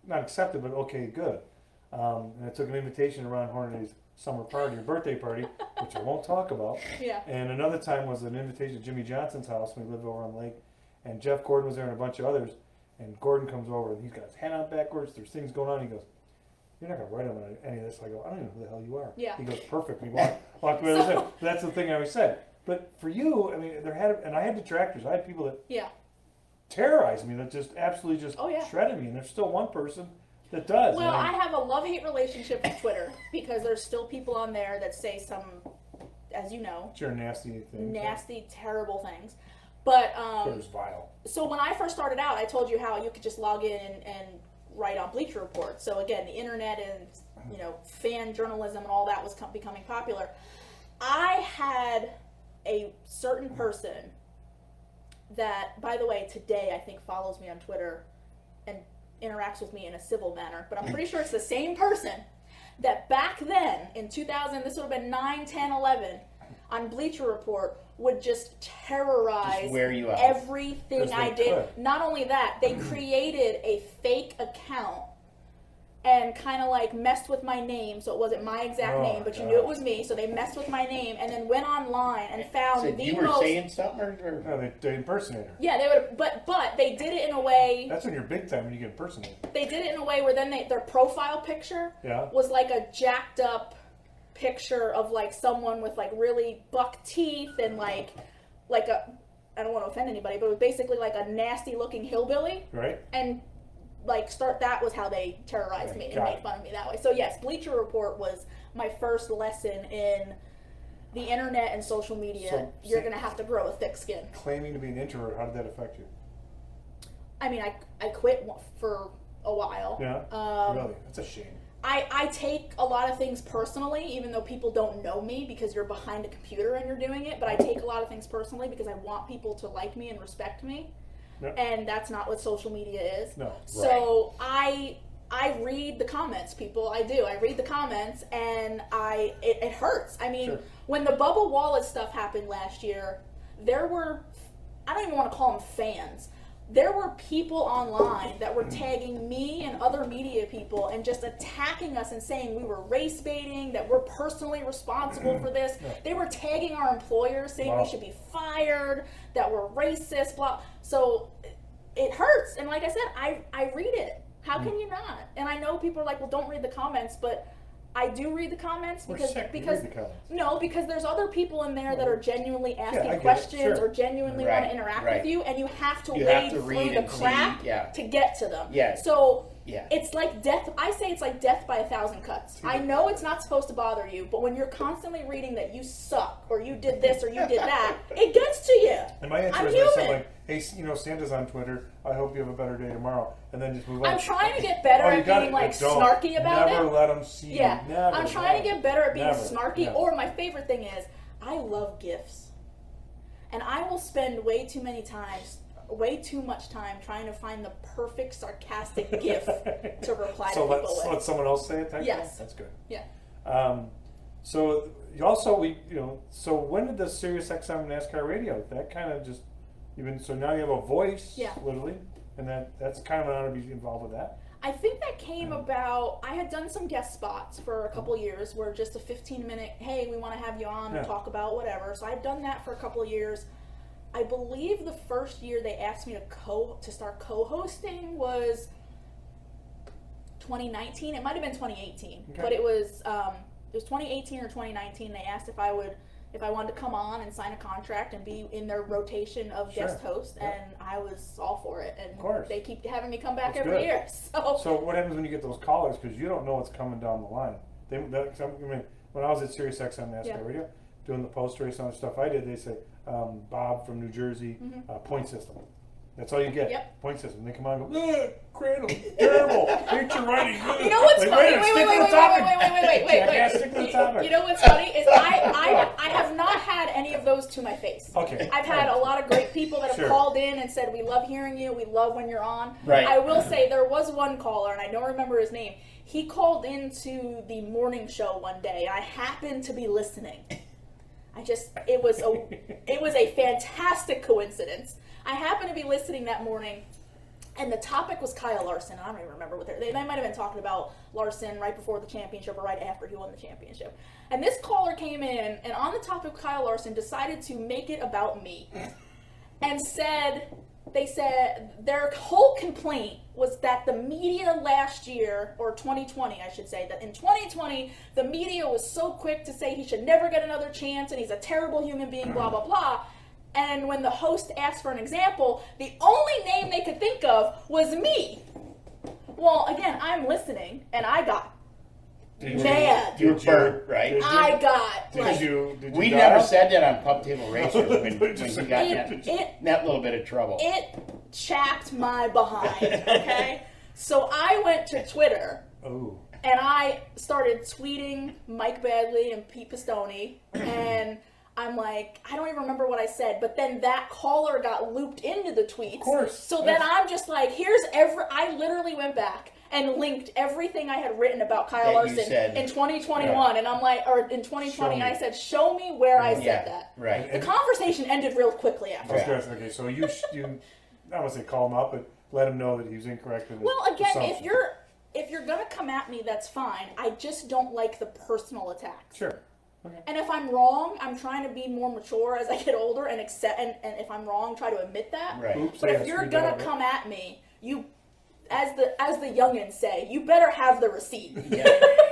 S1: not accepted, but okay, good. Um, and I took an invitation to Ron Hornaday's summer party or birthday party, which I won't talk about.
S3: Yeah.
S1: And another time was an invitation to Jimmy Johnson's house. We lived over on Lake, and Jeff Gordon was there and a bunch of others. And Gordon comes over and he's got his head on backwards. There's things going on. He goes, "You're not gonna write on any of this." I go, "I don't even know who the hell you are."
S3: Yeah.
S1: He goes, "Perfect." He walked, walked away. That's it. That's the thing I always said. But for you, I mean, there had and I had detractors. I had people that
S3: Yeah.
S1: terrorized me, that just absolutely just
S3: Oh, yeah.
S1: shredded me. And there's still one person that does.
S3: Well,
S1: and
S3: I
S1: I'm-
S3: have a love-hate relationship with Twitter because there's still people on there that say some, as you know,
S1: it's your nasty thing.
S3: nasty, terrible things. But um,
S1: Twitter's vile.
S3: so when I first started out, I told you how you could just log in and, and write on Bleacher Report. So again, the internet and you know fan journalism and all that was com- becoming popular. I had a certain person that, by the way, today I think follows me on Twitter and interacts with me in a civil manner, but I'm pretty sure it's the same person that back then in 2000, this would have been 9, 10, 11, on Bleacher Report would just terrorize
S2: Just wear you out.
S3: everything
S1: 'Cause they
S3: I did.
S1: could. Mm-hmm.
S3: Not only that, they created a fake account and kind of like messed with my name, so it wasn't my exact
S1: Oh,
S3: name, but you
S1: God.
S3: knew it was me. So they messed with my name and then went online and found
S2: Said
S3: the
S2: you were
S3: most.
S2: saying something or, or-
S1: No, they, they impersonate her.
S3: yeah, they would, but but they did it in a way.
S1: That's when you're big time when you get impersonated.
S3: They did it in a way where then they, their profile picture
S1: Yeah.
S3: was like a jacked up picture of like someone with like really buck teeth and like like a I don't want to offend anybody, but it was basically like a nasty looking hillbilly.
S1: Right?
S3: and like start that was how they terrorized
S1: Right,
S3: me and
S1: got
S3: made
S1: it.
S3: fun of me that way. So yes, Bleacher Report was my first lesson in the internet and social media.
S1: So-
S3: You're
S1: so-
S3: gonna have to grow a thick skin.
S1: Claiming to be an introvert, how did that affect you?
S3: I mean, I I quit wa- for a while.
S1: Yeah.
S3: Um,
S1: really? That's a shame.
S3: I, I take a lot of things personally, even though people don't know me because you're behind a computer and you're doing it. But I take a lot of things personally because I want people to like me and respect me,
S1: Yeah.
S3: and that's not what social media is.
S1: No.
S3: So I I read the comments, people. I do. I read the comments, and I it, it hurts. I mean,
S1: Sure.
S3: when the bubble wallet stuff happened last year, there were I don't even want to call them fans. There were people online that were tagging me and other media people and just attacking us and saying we were race baiting, that we're personally responsible for this. They were tagging our employers, saying
S1: Wow.
S3: we should be fired, that we're racist, blah. So it hurts and like i said i i read it how
S1: Hmm.
S3: can you not and i know people are like well don't read the comments but i do read the comments
S1: We're
S3: because
S1: sick. We
S3: because
S1: read the comments.
S3: no because there's other people in there that are genuinely asking
S1: I get it.
S3: questions
S1: Sure.
S3: or genuinely
S2: Right,
S3: want to interact
S2: right.
S3: with you and you have to
S2: You
S3: wade
S2: have to
S3: through
S2: read
S3: the
S2: and see,
S3: crap
S2: yeah.
S3: to get to them
S2: Yeah.
S3: so
S2: yeah.
S3: It's like death. I say it's like death by a thousand cuts. I know it's not supposed to bother you, but when you're constantly reading that you suck or you did this or you did that, it gets to you.
S1: And my answer
S3: I'm
S1: is myself,
S3: human.
S1: like, hey, s- you know, Santa's on Twitter. I hope you have a better day tomorrow, and then just move on.
S3: I'm trying to get better
S1: Oh, you
S3: at
S1: got
S3: being
S1: it.
S3: like
S1: No, don't.
S3: snarky about
S1: Never
S3: it.
S1: let them see.
S3: Yeah,
S1: You. Never.
S3: I'm trying to
S1: never.
S3: get better at being
S1: Never,
S3: snarky.
S1: never.
S3: Or my favorite thing is, I love gifts, and I will spend way too many times, way too much time trying to find the perfect sarcastic gif to reply
S1: so
S3: to
S1: let,
S3: people with.
S1: let someone else say it. Type Thing?
S3: Yes.
S1: That's good.
S3: Yeah.
S1: Um, so you also we you know so when did the Sirius XM NASCAR radio that kind of just even so now you have a voice
S3: Yeah.
S1: literally and that that's kind of an honor to be involved with that.
S3: I think that came about. I had done some guest spots for a couple years where just a 15 minute, hey, we want to have you on
S1: Yeah.
S3: and talk about whatever. So I'd done that for a couple of years. I believe the first year they asked me to co to start co-hosting was 2019. It might have been 2018,
S1: Okay.
S3: but it was um, it was 2018 or 2019. They asked if I would if I wanted to come on and sign a contract and be in their rotation of guest
S1: Sure.
S3: host,
S1: Yeah.
S3: and I was all for it. And
S1: course.
S3: they keep having me come back
S1: That's
S3: every
S1: good.
S3: year. So
S1: So what happens when you get those callers because you don't know what's coming down the line. They that, some, I mean when I was at Sirius XM NASCAR
S3: Yeah.
S1: radio doing the post race on stuff I did they say um, Bob from New Jersey
S3: Mhm.
S1: uh, point system. That's all you get.
S3: Yep.
S1: Point system. They come on and go, "Ugh, cradle, terrible, future writing.
S3: You know what's
S1: Like,
S3: funny?
S1: a stick to
S3: Wait, wait, wait,
S1: the
S3: wait, wait,
S1: topic.
S3: wait, wait, wait, wait, wait,
S1: Jackass, stick to the
S3: wait.
S1: topic.
S3: You know what's funny is I, I, I have not had any of those to my face.
S1: Okay.
S3: I've had a lot of great people that have
S1: Sure.
S3: called in and said, "We love hearing you. We love when you're on."
S2: Right.
S3: I will say there was one caller, and I don't remember his name. He called into the morning show one day. I happened to be listening. I just it was a it was a fantastic coincidence. I happened to be listening that morning, and the topic was Kyle Larson. I don't even remember what they they, they might have been talking about Larson right before the championship or right after he won the championship. And this caller came in and on the topic of Kyle Larson decided to make it about me, and said they said their whole complaint was that the media last year or 2020 i should say that in 2020 the media was so quick to say he should never get another chance and he's a terrible human being blah blah blah and when the host asked for an example the only name they could think of was me well again i'm listening and i got
S1: Did you-
S3: Mad.
S1: did
S2: You burnt, right?
S1: did you-
S3: i got
S1: Did
S3: like
S1: you? Did you
S2: We
S1: dial?
S2: never said that on pub table racers when, when you got that,
S3: it, it
S2: that little bit of trouble.
S3: it chapped my behind, okay? so I went to Twitter
S1: Oh,
S3: and I started tweeting Mike Badley and Pete Pistone and I'm like, I don't even remember what I said, but then that caller got looped into the tweets. Of
S1: course,
S3: So then
S1: yes.
S3: I'm just like, here's every I literally went back and linked everything I had written about Kyle
S2: That you
S3: Larson
S2: said.
S3: in 2021 and I'm like or in
S1: me.
S3: 2020 and I said, show me where I said
S2: yeah,
S3: that.
S2: right.
S3: The conversation ended real quickly after
S1: I was
S2: Yeah.
S1: gonna say, okay. So you, sh- you, I would say call him up, but let him know that he was incorrect. In his
S3: Well, again, if
S1: assumption.
S3: you're if you're gonna come at me, that's fine. I just don't like the personal attacks.
S1: sure,
S3: And if I'm wrong, I'm trying to be more mature as I get older and accept. And, and if I'm wrong, try to admit that.
S2: Right.
S1: Oops,
S3: But
S1: yes,
S3: if you're
S1: we
S3: gonna
S1: got it.
S3: come at me, you, as the as the youngins say, you better have the receipt.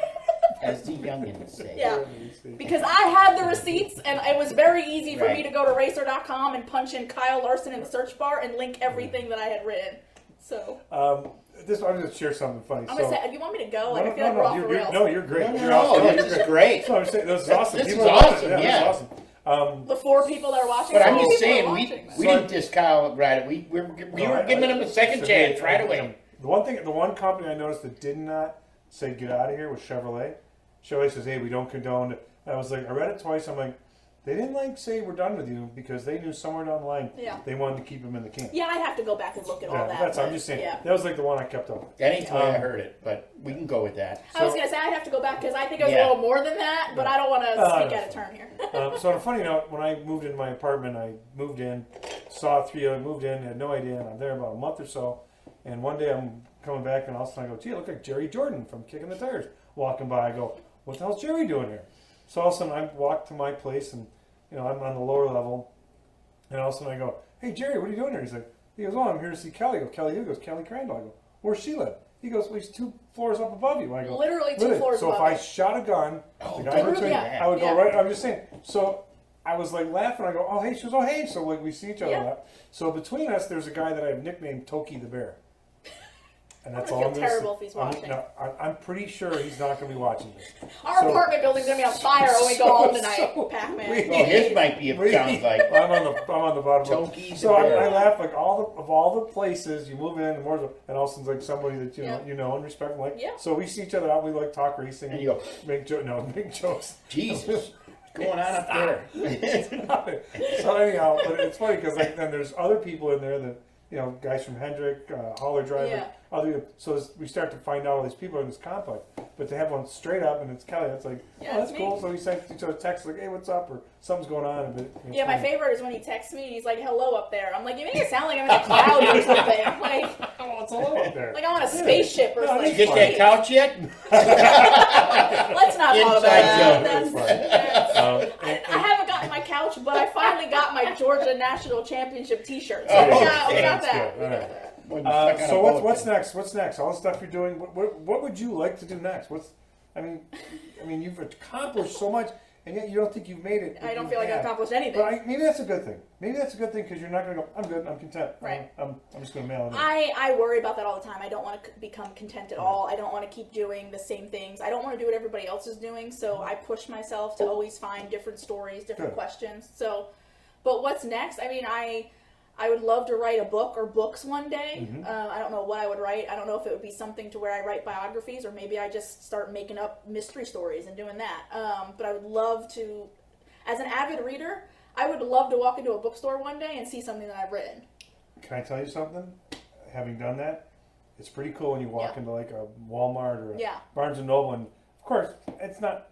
S2: As the youngins say.
S3: Yeah.
S1: Yeah.
S3: Because I had the receipts, and it was very easy for me
S2: Right.
S3: to go to racer.com and punch in Kyle Larson in the search bar and link everything that I had written. So
S1: um, this I'm gonna share something funny.
S3: I'm
S1: so,
S3: gonna say, you want me to go? Like,
S1: no,
S3: I
S1: no,
S3: feel like we're
S1: no,
S3: off the
S1: you're,
S3: rails.
S1: you're, no, you're great.
S2: No, no,
S1: you're awesome.
S2: no,
S1: You're
S2: this is
S1: great.
S2: great.
S1: So I'm saying this is awesome.
S2: this
S1: People
S2: is
S1: are loving it.
S2: awesome,
S1: this
S2: yeah.
S1: is awesome. Um,
S3: the four people that are watching.
S2: But
S3: how
S2: I'm
S3: many
S2: just
S3: people are
S2: saying, we,
S3: watching this?
S2: we
S1: So-
S2: didn't discount right. We, we, were- we
S1: No,
S2: were
S1: I-
S2: giving
S1: I-
S2: them a second
S1: so
S2: chance
S1: they-
S2: right
S1: I-
S2: away.
S1: The one thing, the one company I noticed that did not say get out of here was Chevrolet. Chevrolet says, "Hey, we don't condone." it." I was like, I read it twice. I'm like, they didn't like say we're done with you because they knew somewhere down the line
S3: Yeah.
S1: they wanted to keep him in the camp.
S3: Yeah, I have to go back and look at all that.
S1: that's
S3: but,
S1: I'm just saying
S3: Yeah.
S1: that was like the one I kept on.
S2: That ain't the way I
S1: Um,
S2: heard it, but we can go with that.
S3: I was gonna say I'd have to go back because I think it was
S2: Yeah.
S3: a little more than that, but I don't want to
S1: Uh,
S3: speak
S1: no.
S3: out of turn here.
S1: um, so on a funny note, when I moved into my apartment, I moved in, saw three other moved in, had no idea, and I'm there about a month or so. And one day I'm coming back, and all of a sudden I go, "Gee, I look like Jerry Jordan from Kicking the Tires." Walking by, I go, "What the hell's Jerry doing here?" So all of a sudden I walk to my place, and you know I'm on the lower level, and all of a sudden I go, "Hey Jerry, what are you doing here?" He's like, "He goes, oh, I'm here to see Kelly." I go, "Kelly who?" He goes, "Kelly Crandall." I go, "Where's she live?" He goes, "Well, he's two floors up above you." I go,
S3: Literally two
S1: "Really?"
S3: floors
S1: So
S3: above
S1: if I
S3: it.
S1: shot a gun,
S2: Oh,
S1: the guy
S2: don't
S1: would
S2: do
S1: turn-
S2: that.
S1: I would go
S3: Yeah.
S1: right. I'm just saying. So I was like laughing. I go, oh hey, she was oh hey. So like we see each other.
S3: Yeah.
S1: laugh. So between us, there's a guy that I've nicknamed Toki the Bear. And
S3: I'm
S1: that's all
S3: gonna
S1: I'm
S3: feel
S1: gonna say.
S3: terrible if he's
S1: I'm-
S3: watching.
S1: no, I'm, I'm pretty sure he's not going to be watching this.
S3: Our
S1: So-
S3: apartment building's gonna be on fire when we go
S1: So-
S3: home tonight,
S1: so-
S3: Pac-Man.
S1: we-
S2: Well, his might be, it sounds like.
S1: I'm on the I'm on the bottom. of-
S2: Toki's
S1: So I,
S2: a bear.
S1: I laugh like all the of all the places you move in, and more, and Austin's like somebody that you know
S3: Yeah.
S1: you know and respect. Like
S3: Yeah.
S1: so, we see each other out. We like talk racing
S2: And you go,
S1: make jokes. No, make jokes.
S2: Jesus, what's going on up there?
S1: so anyhow, but it's funny because like then there's other people in there that you know guys from Hendrick, uh, Holler Driver,
S3: Yeah.
S1: other. So this, we start to find out all these people in this complex, but they have one straight up, and it's Kelly. It's like
S3: Yeah,
S1: oh, that's
S3: it's
S1: cool.
S3: me.
S1: So we sent each other texts like, hey, what's up, or something's going on. But it's
S3: Yeah, my
S1: funny.
S3: favorite is when he texts me and he's like, "Hello up there." I'm like, "You make it sound like I'm in a cloud or something." I'm like,
S1: Oh, it's a little up there.
S3: like I'm on a spaceship or
S1: No,
S3: something.
S1: it's
S2: Get that couch yet?
S3: Let's not talk about
S2: Inside
S3: that.
S2: joke.
S3: That's, that's-
S1: Um,
S3: I, I haven't gotten my couch, but I finally got my Georgia national championship T-shirt. So
S2: Oh,
S3: we got, we
S2: okay.
S3: got
S1: That's
S3: that.
S1: good.
S3: We got
S1: All
S3: that.
S1: Uh, so what's what's next? What's next? All the stuff you're doing. What, what what would you like to do next? What's I mean, I mean you've accomplished so much, and yet you don't think you've made it.
S3: I don't
S1: You
S3: feel like I
S1: have.
S3: accomplished anything.
S1: But I, maybe that's a good thing. Maybe that's a good thing because you're not going to go. I'm good. I'm content. I'm-
S3: Right.
S1: I'm, I'm, just going to mail it. in."
S3: I, I worry about that all the time. I don't want to become content at all. I don't want to keep doing the same things. I don't want to do what everybody else is doing. So I push myself to always find different stories, different
S1: Mm-hmm. Good.
S3: questions. So, but what's next? I mean, I I would love to write a book or books one day.
S1: Mm-hmm.
S3: Uh, I don't know what I would write. I don't know if it would be something to where I write biographies or maybe I just start making up mystery stories and doing that. Um, but I would love to, as an avid reader, I would love to walk into a bookstore one day and see something that I've written.
S1: Can I tell you something? Having done that, it's pretty cool when you walk
S3: Yeah.
S1: into like a Walmart or a
S3: Yeah.
S1: Barnes and Noble, and of course it's not.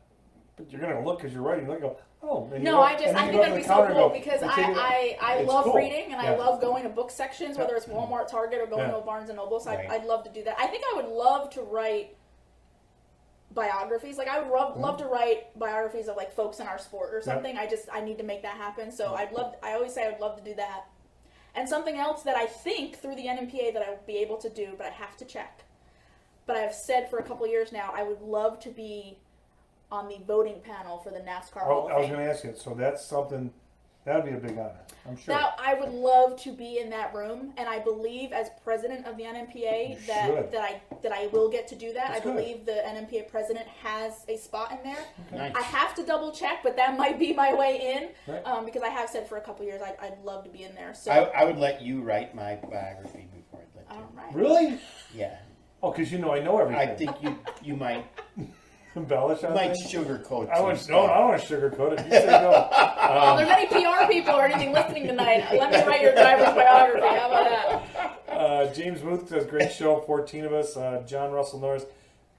S1: But you're going to look because you're writing. You look and go. Oh, and you
S3: No,
S1: look-
S3: I just
S1: and then
S3: I
S1: you
S3: think
S1: go to
S3: that'd be
S1: the
S3: so
S1: counter and
S3: cool
S1: go,
S3: because
S1: "You take it."
S3: I I, I
S1: It's
S3: love
S1: cool.
S3: reading and I
S1: Yeah.
S3: love going to book sections, whether it's Walmart, Target, or going
S1: Yeah.
S3: to a Barnes and Noble. So
S2: Right.
S3: I'd, I'd love to do that. I think I would love to write biographies. Like I would love, love
S1: Mm-hmm.
S3: to write biographies of like folks in our sport or something. I just I need to make that happen. So I'd love. I always say I would love to do that. And something else that I think through the NMPA that I will be able to do, but I have to check. But I've said for a couple years now, I would love to be on the voting panel for the NASCAR
S1: Oh,
S3: Hall of
S1: I was
S3: Fame.
S1: going to ask you. So that's something that would be a big honor. I'm sure.
S3: Now I would love to be in that room, and I believe as president of the
S1: You
S3: NMPA
S1: should.
S3: that, that I that I will get to do that.
S1: That's
S3: I
S1: good.
S3: believe the NMPA president has a spot in there.
S2: Nice.
S3: I have to double check, but that might be my way in
S1: Right.
S3: um, because I have said for a couple years I'd, I'd love to be in there. So
S2: I, I would let you write my biography before I'd let you.
S3: all right.
S1: really?
S2: Yeah,
S1: Oh, because you know I know
S2: I
S1: everything.
S2: think you you might
S1: embellish on
S2: might
S1: things.
S2: sugarcoat.
S1: I
S2: some
S1: would no.
S2: stuff.
S1: I don't want to sugarcoat it. You say Uh, no.
S3: Well,
S1: um,
S3: if there's any PR people or anything listening tonight, let me write your driver's biography. How about that?
S1: Uh, James Muth does great show. Fourteen of us. Uh, John Russell Norris,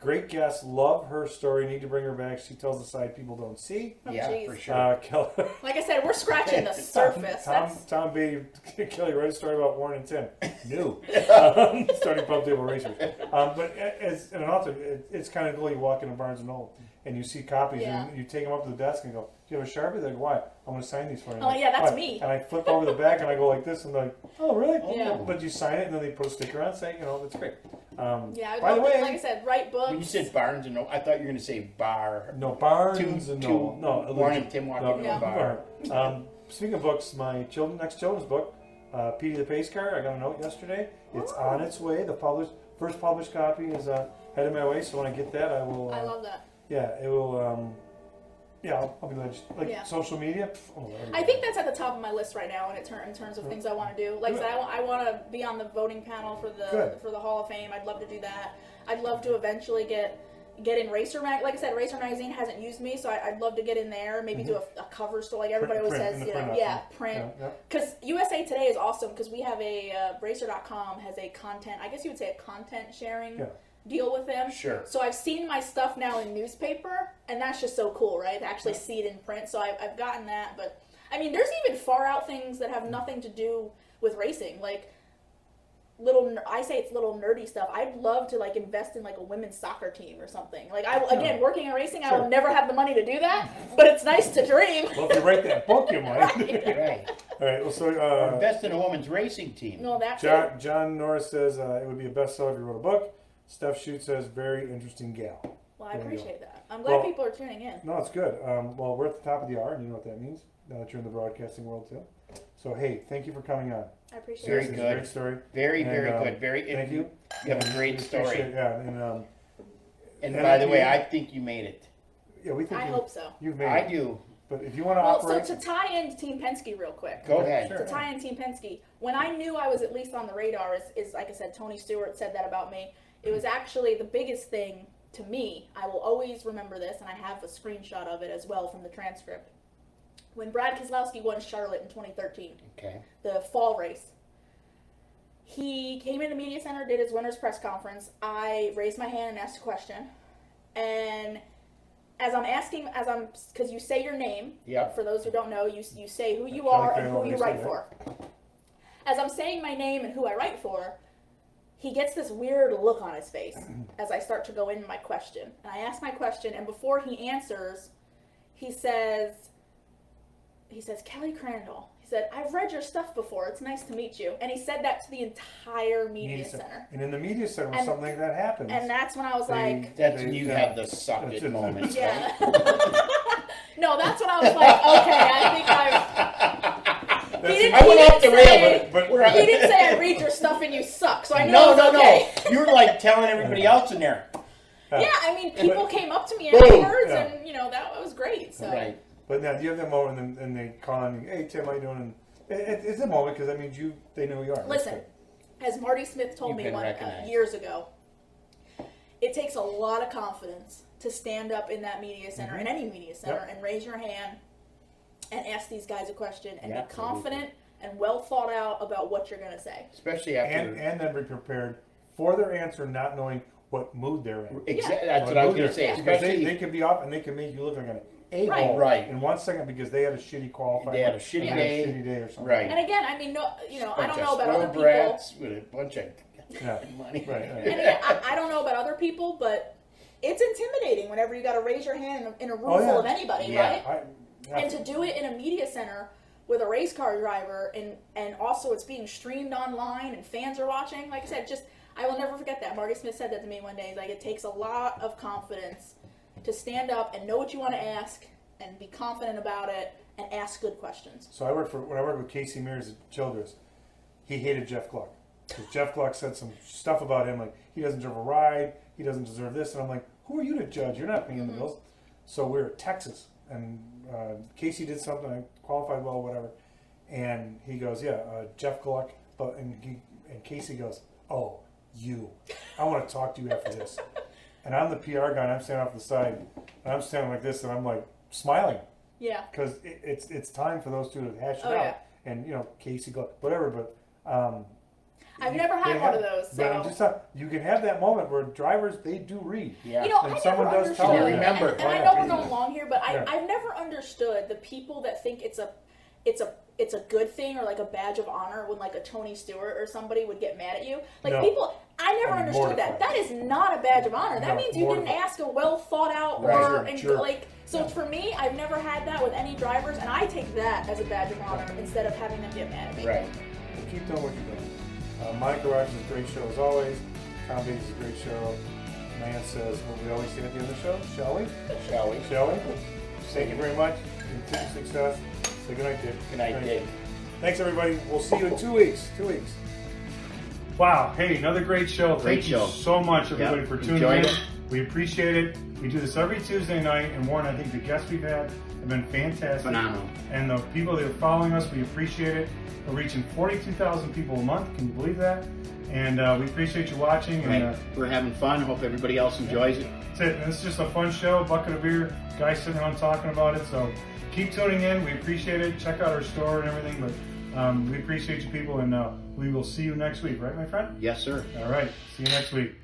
S1: great guest. Love her story. Need to bring her back. She tells the side people don't see.
S3: Oh,
S2: Yeah,
S3: jeez.
S2: for sure.
S1: Uh, Kelly,
S3: Like I said, we're scratching the
S1: Tom,
S3: surface.
S1: Tom,
S3: That's,
S1: Tom Beatty, Kelly write a story about Warren and Tim. New. um, starting pub table racers. Um, but a- as an author, it, it's kind of cool. You walk into Barnes and Noble and you see copies and
S3: Yeah.
S1: you take them up to the desk and go, "Do you have a sharpie?" They're like, "Why?" I'm going to sign these for you.
S3: Oh, yeah, that's
S1: "Why?"
S3: me.
S1: And I flip over the back and I go like this and they're like, "Oh, really?"
S3: Yeah.
S1: But you sign it, and then they put a sticker on saying, you know, that's great. Um,
S3: yeah, I'd
S1: by the
S3: love to-
S1: way,
S3: like I said, write books.
S2: When you said Barnes and Noble, I thought you were going to say bar.
S1: no Barnes
S2: Two-
S1: and
S2: two-
S1: no, no,
S2: Warren
S1: Illusion-
S2: and Tim
S1: no,
S2: walking
S1: no,
S2: in a bar.
S1: Barnes. Um, speaking of books, my children, next children's book, uh, Petey the Pace Car. I got a note yesterday. It's
S3: Oh.
S1: on its way. The published first published copy is uh, headed my way. So when I get that, I will. Uh,
S3: I love that.
S1: yeah, it will. Um, yeah, I'll, I'll be glad. Like
S3: Yeah.
S1: social media. pff, oh, everywhere.
S3: I think that's at the top of my list right now, in, it ter- in terms of things I want to do. Like I said, I want to be on the voting panel for the
S1: Good.
S3: for the Hall of Fame. I'd love to do that. I'd love to eventually get get in Racer Mag. Like I said, Racer Magazine hasn't used me, so I, I'd love to get in there. Maybe do a, a cover story, like everybody
S1: Mm-hmm. Print-
S3: always
S1: print,
S3: says.
S1: in the
S3: You know,
S1: print
S3: yeah,
S1: option.
S3: print.
S1: Yeah, yeah.
S3: Because USA Today is awesome because we have a uh, Racer.com has a content, I guess you would say a content sharing
S1: Yeah.
S3: deal with them.
S2: Sure.
S3: So I've seen my stuff now in newspaper, and that's just so cool, right? To actually see it in print. So I've, I've gotten that. But I mean, there's even far out things that
S1: Mm.
S3: have nothing to do with racing. Like, little ner- i say it's little nerdy stuff i'd love to like invest in like a women's soccer team or something like i again working in racing i
S1: Sure.
S3: will never have the money to do that but it's nice to dream
S1: Well, if you write that book, you might.
S2: Right.
S1: All right. Well, so
S2: Or
S1: uh,
S2: Invest in a woman's racing team.
S3: no that's
S1: John, John Norris says uh, it would be a bestseller if you wrote a book. Steph Shute says very interesting gal.
S3: well i
S1: There you go.
S3: appreciate that i'm glad
S1: Well-
S3: people are tuning in
S1: No, it's good. Um, well, we're at the top of the hour, and you know what that means now that you're in the broadcasting world too. So hey, thank you for coming on.
S3: i appreciate
S2: Very
S3: it
S1: It's a
S2: good.
S1: Great story.
S2: Very,
S1: And,
S2: very
S1: uh,
S2: good. Very.
S1: Thank you.
S2: You have a great story.
S1: Appreciate- Yeah, and um,
S2: And
S1: And
S2: by
S1: I
S2: the
S1: do-
S2: way, I think you made it.
S1: yeah, we think
S3: I
S1: you,
S3: hope so.
S1: you've made.
S2: I
S1: it.
S2: do.
S1: But if you want to
S3: Well, so
S1: operate,
S3: to tie in Team Penske real quick.
S2: Go
S1: Okay,
S2: ahead.
S1: sure.
S3: To tie in Team Penske, when I knew I was at least on the radar, is, is like I said, Tony Stewart said that about me. It was actually the biggest thing to me. I will always remember this, and I have a screenshot of it as well from the transcript. When Brad Keselowski won Charlotte in 2013,
S2: Okay.
S3: the fall race. He came into media center, did his winners press conference. I raised my hand and asked a question, and as I'm asking, as I'm, because you say your name.
S2: Yep.
S3: For those who don't know, you you say who you
S1: Sorry,
S3: are
S1: Karen,
S3: and who
S1: I
S3: you
S1: said
S3: write
S1: that.
S3: for. As I'm saying my name and who I write for, he gets this weird look on his face as I start to go in my question. And I ask my question, and before he answers, he says, he says, Kelly Crandall. He said, I've read your stuff before. It's nice to meet you. And he said that to the entire media,
S1: media
S3: center.
S1: center. and in the media center, when
S3: And-
S1: something like that happens,
S3: And that's when I was like,
S2: That's
S1: They-
S2: when you
S1: yeah.
S2: have the suck
S1: That's
S2: it
S1: it.
S2: moment.
S3: yeah. no, that's when I was like, okay, I think I've.
S1: That's
S3: He didn't,
S2: I
S3: he
S2: went
S3: didn't
S2: off the
S3: say,
S2: rail,
S1: but-
S2: but-
S3: he didn't say I read your stuff and you suck, so I know
S2: No,
S3: it's
S2: no, no.
S3: okay.
S2: You're like telling everybody else in there.
S3: Yeah, I mean, people came up to me
S2: Boom.
S3: afterwards,
S1: Yeah.
S3: and you know that was great. So
S2: Right.
S1: But now you have that moment, and, and they call on you, hey Tim, how you doing? And it, it, it's a moment because that means you they know who you are. That's
S3: listen,
S1: good.
S3: as Marty Smith told
S2: You've
S3: me
S2: been
S3: one, uh,
S2: recognized.
S3: years ago, it takes a lot of confidence to stand up in that media center,
S2: Mm-hmm.
S3: in any media center, and raise your hand and ask these guys a question and
S2: Yeah,
S3: be confident and well thought out about what you're going to say.
S2: Especially after.
S1: and and then be prepared for their answer, not knowing what mood they're in.
S2: Exa- That's what I was
S1: mood
S2: going to
S1: they're
S2: say.
S1: in. Because they, they
S2: Especially
S1: could be off and they can make you look like an a
S3: Right.
S1: hole
S2: Right.
S1: in one second because they had a shitty qualifier.
S2: They had a shitty
S1: and
S2: day.
S1: a shitty day or something.
S2: Right.
S3: And again, I mean, no, you know, I
S2: bunch
S3: don't
S2: of
S3: know about
S2: spoiled
S3: other people.
S2: brats with a bunch of
S1: Yeah.
S2: money.
S1: Right, right.
S3: And again, I, I don't know about other people, but it's intimidating whenever you got to raise your hand in a, in a room
S1: Oh, yeah.
S3: full of anybody,
S2: Yeah.
S1: I,
S3: right?
S1: yeah.
S3: And to do it in a media center with a race car driver, and and also it's being streamed online, and fans are watching. Like I said, just I will never forget that. Marty Smith said that to me one day. He's Like it takes a lot of confidence to stand up and know what you want to ask, and be confident about it, and ask good questions.
S1: So I worked for when I worked with Casey Mears at Childress, he hated Jeff Gluck. 'Cause Jeff Gluck said some stuff about him like he doesn't deserve a ride, he doesn't deserve this, and I'm like, who are you to judge? You're not paying the bills. So we we're at Texas, and uh, Casey did something. I qualified well, whatever. And he goes, yeah, uh, Jeff Gluck. But and he and Casey goes, oh, you, I want to talk to you after this. and I'm the PR guy, and I'm standing off the side, and I'm standing like this, and I'm like smiling
S3: Yeah.
S1: because it, it's it's time for those two to hash it
S3: Oh,
S1: out.
S3: yeah.
S1: And you know, Casey Gluck, whatever. But um,
S3: I've never
S1: they
S3: had
S1: have-
S3: one of those,
S1: But I'm
S3: so-
S1: just talking, you can have that moment where drivers they do read.
S2: Yeah.
S3: You know,
S1: And
S3: I
S1: someone
S3: never
S1: does
S3: understood.
S1: tell
S2: you that. Remember.
S3: And, and I
S1: Yeah.
S3: know we're going long here, but I,
S1: Yeah.
S3: I've never understood the people that think it's a, it's a, it's a good thing or like a badge of honor when like a Tony Stewart or somebody would get mad at you. Like
S1: No.
S3: people, I never
S1: I'm
S3: understood that.
S1: mortified.
S3: That is not a badge of honor. That
S1: No,
S3: means you didn't
S1: mortified.
S3: ask a well thought out
S2: Right.
S3: or
S1: You're a
S3: and
S1: jerk.
S3: like. So for me, I've never had that with any drivers, and I take that as a badge of honor instead of having them get mad at me.
S2: Right.
S1: So keep doing what you're doing. Uh, Mike Garage is a great show as always. Tom Bates is a great show. Man says what we always say at the end of the show. Shall we?
S2: Shall we?
S1: Shall we? Thank you very much. Continued success. Say goodnight, Dave.
S2: Good night, Dave.
S1: Thanks, everybody. We'll see you in two weeks. Two weeks. Wow. Hey, another great show.
S2: Great
S1: Thank
S2: show.
S1: you so much, everybody,
S2: Yep,
S1: for tuning
S2: enjoyed
S1: in.
S2: it.
S1: We appreciate it. We do this every Tuesday night, and Warren, I think the guests we've had have been fantastic.
S2: Phenomenal.
S1: And the people that are following us, we appreciate it. We're reaching 42,000 people a month. Can you believe that? And uh, we appreciate you watching. And, uh,
S2: Hey, We're having fun. Hope everybody else enjoys it.
S1: that's it. And it's just a fun show, bucket of beer, guys sitting around talking about it. So keep tuning in. We appreciate it. Check out our store and everything. But um, we appreciate you people, and uh, we will see you next week, right, my friend?
S2: Yes, sir.
S1: All right. See you next week.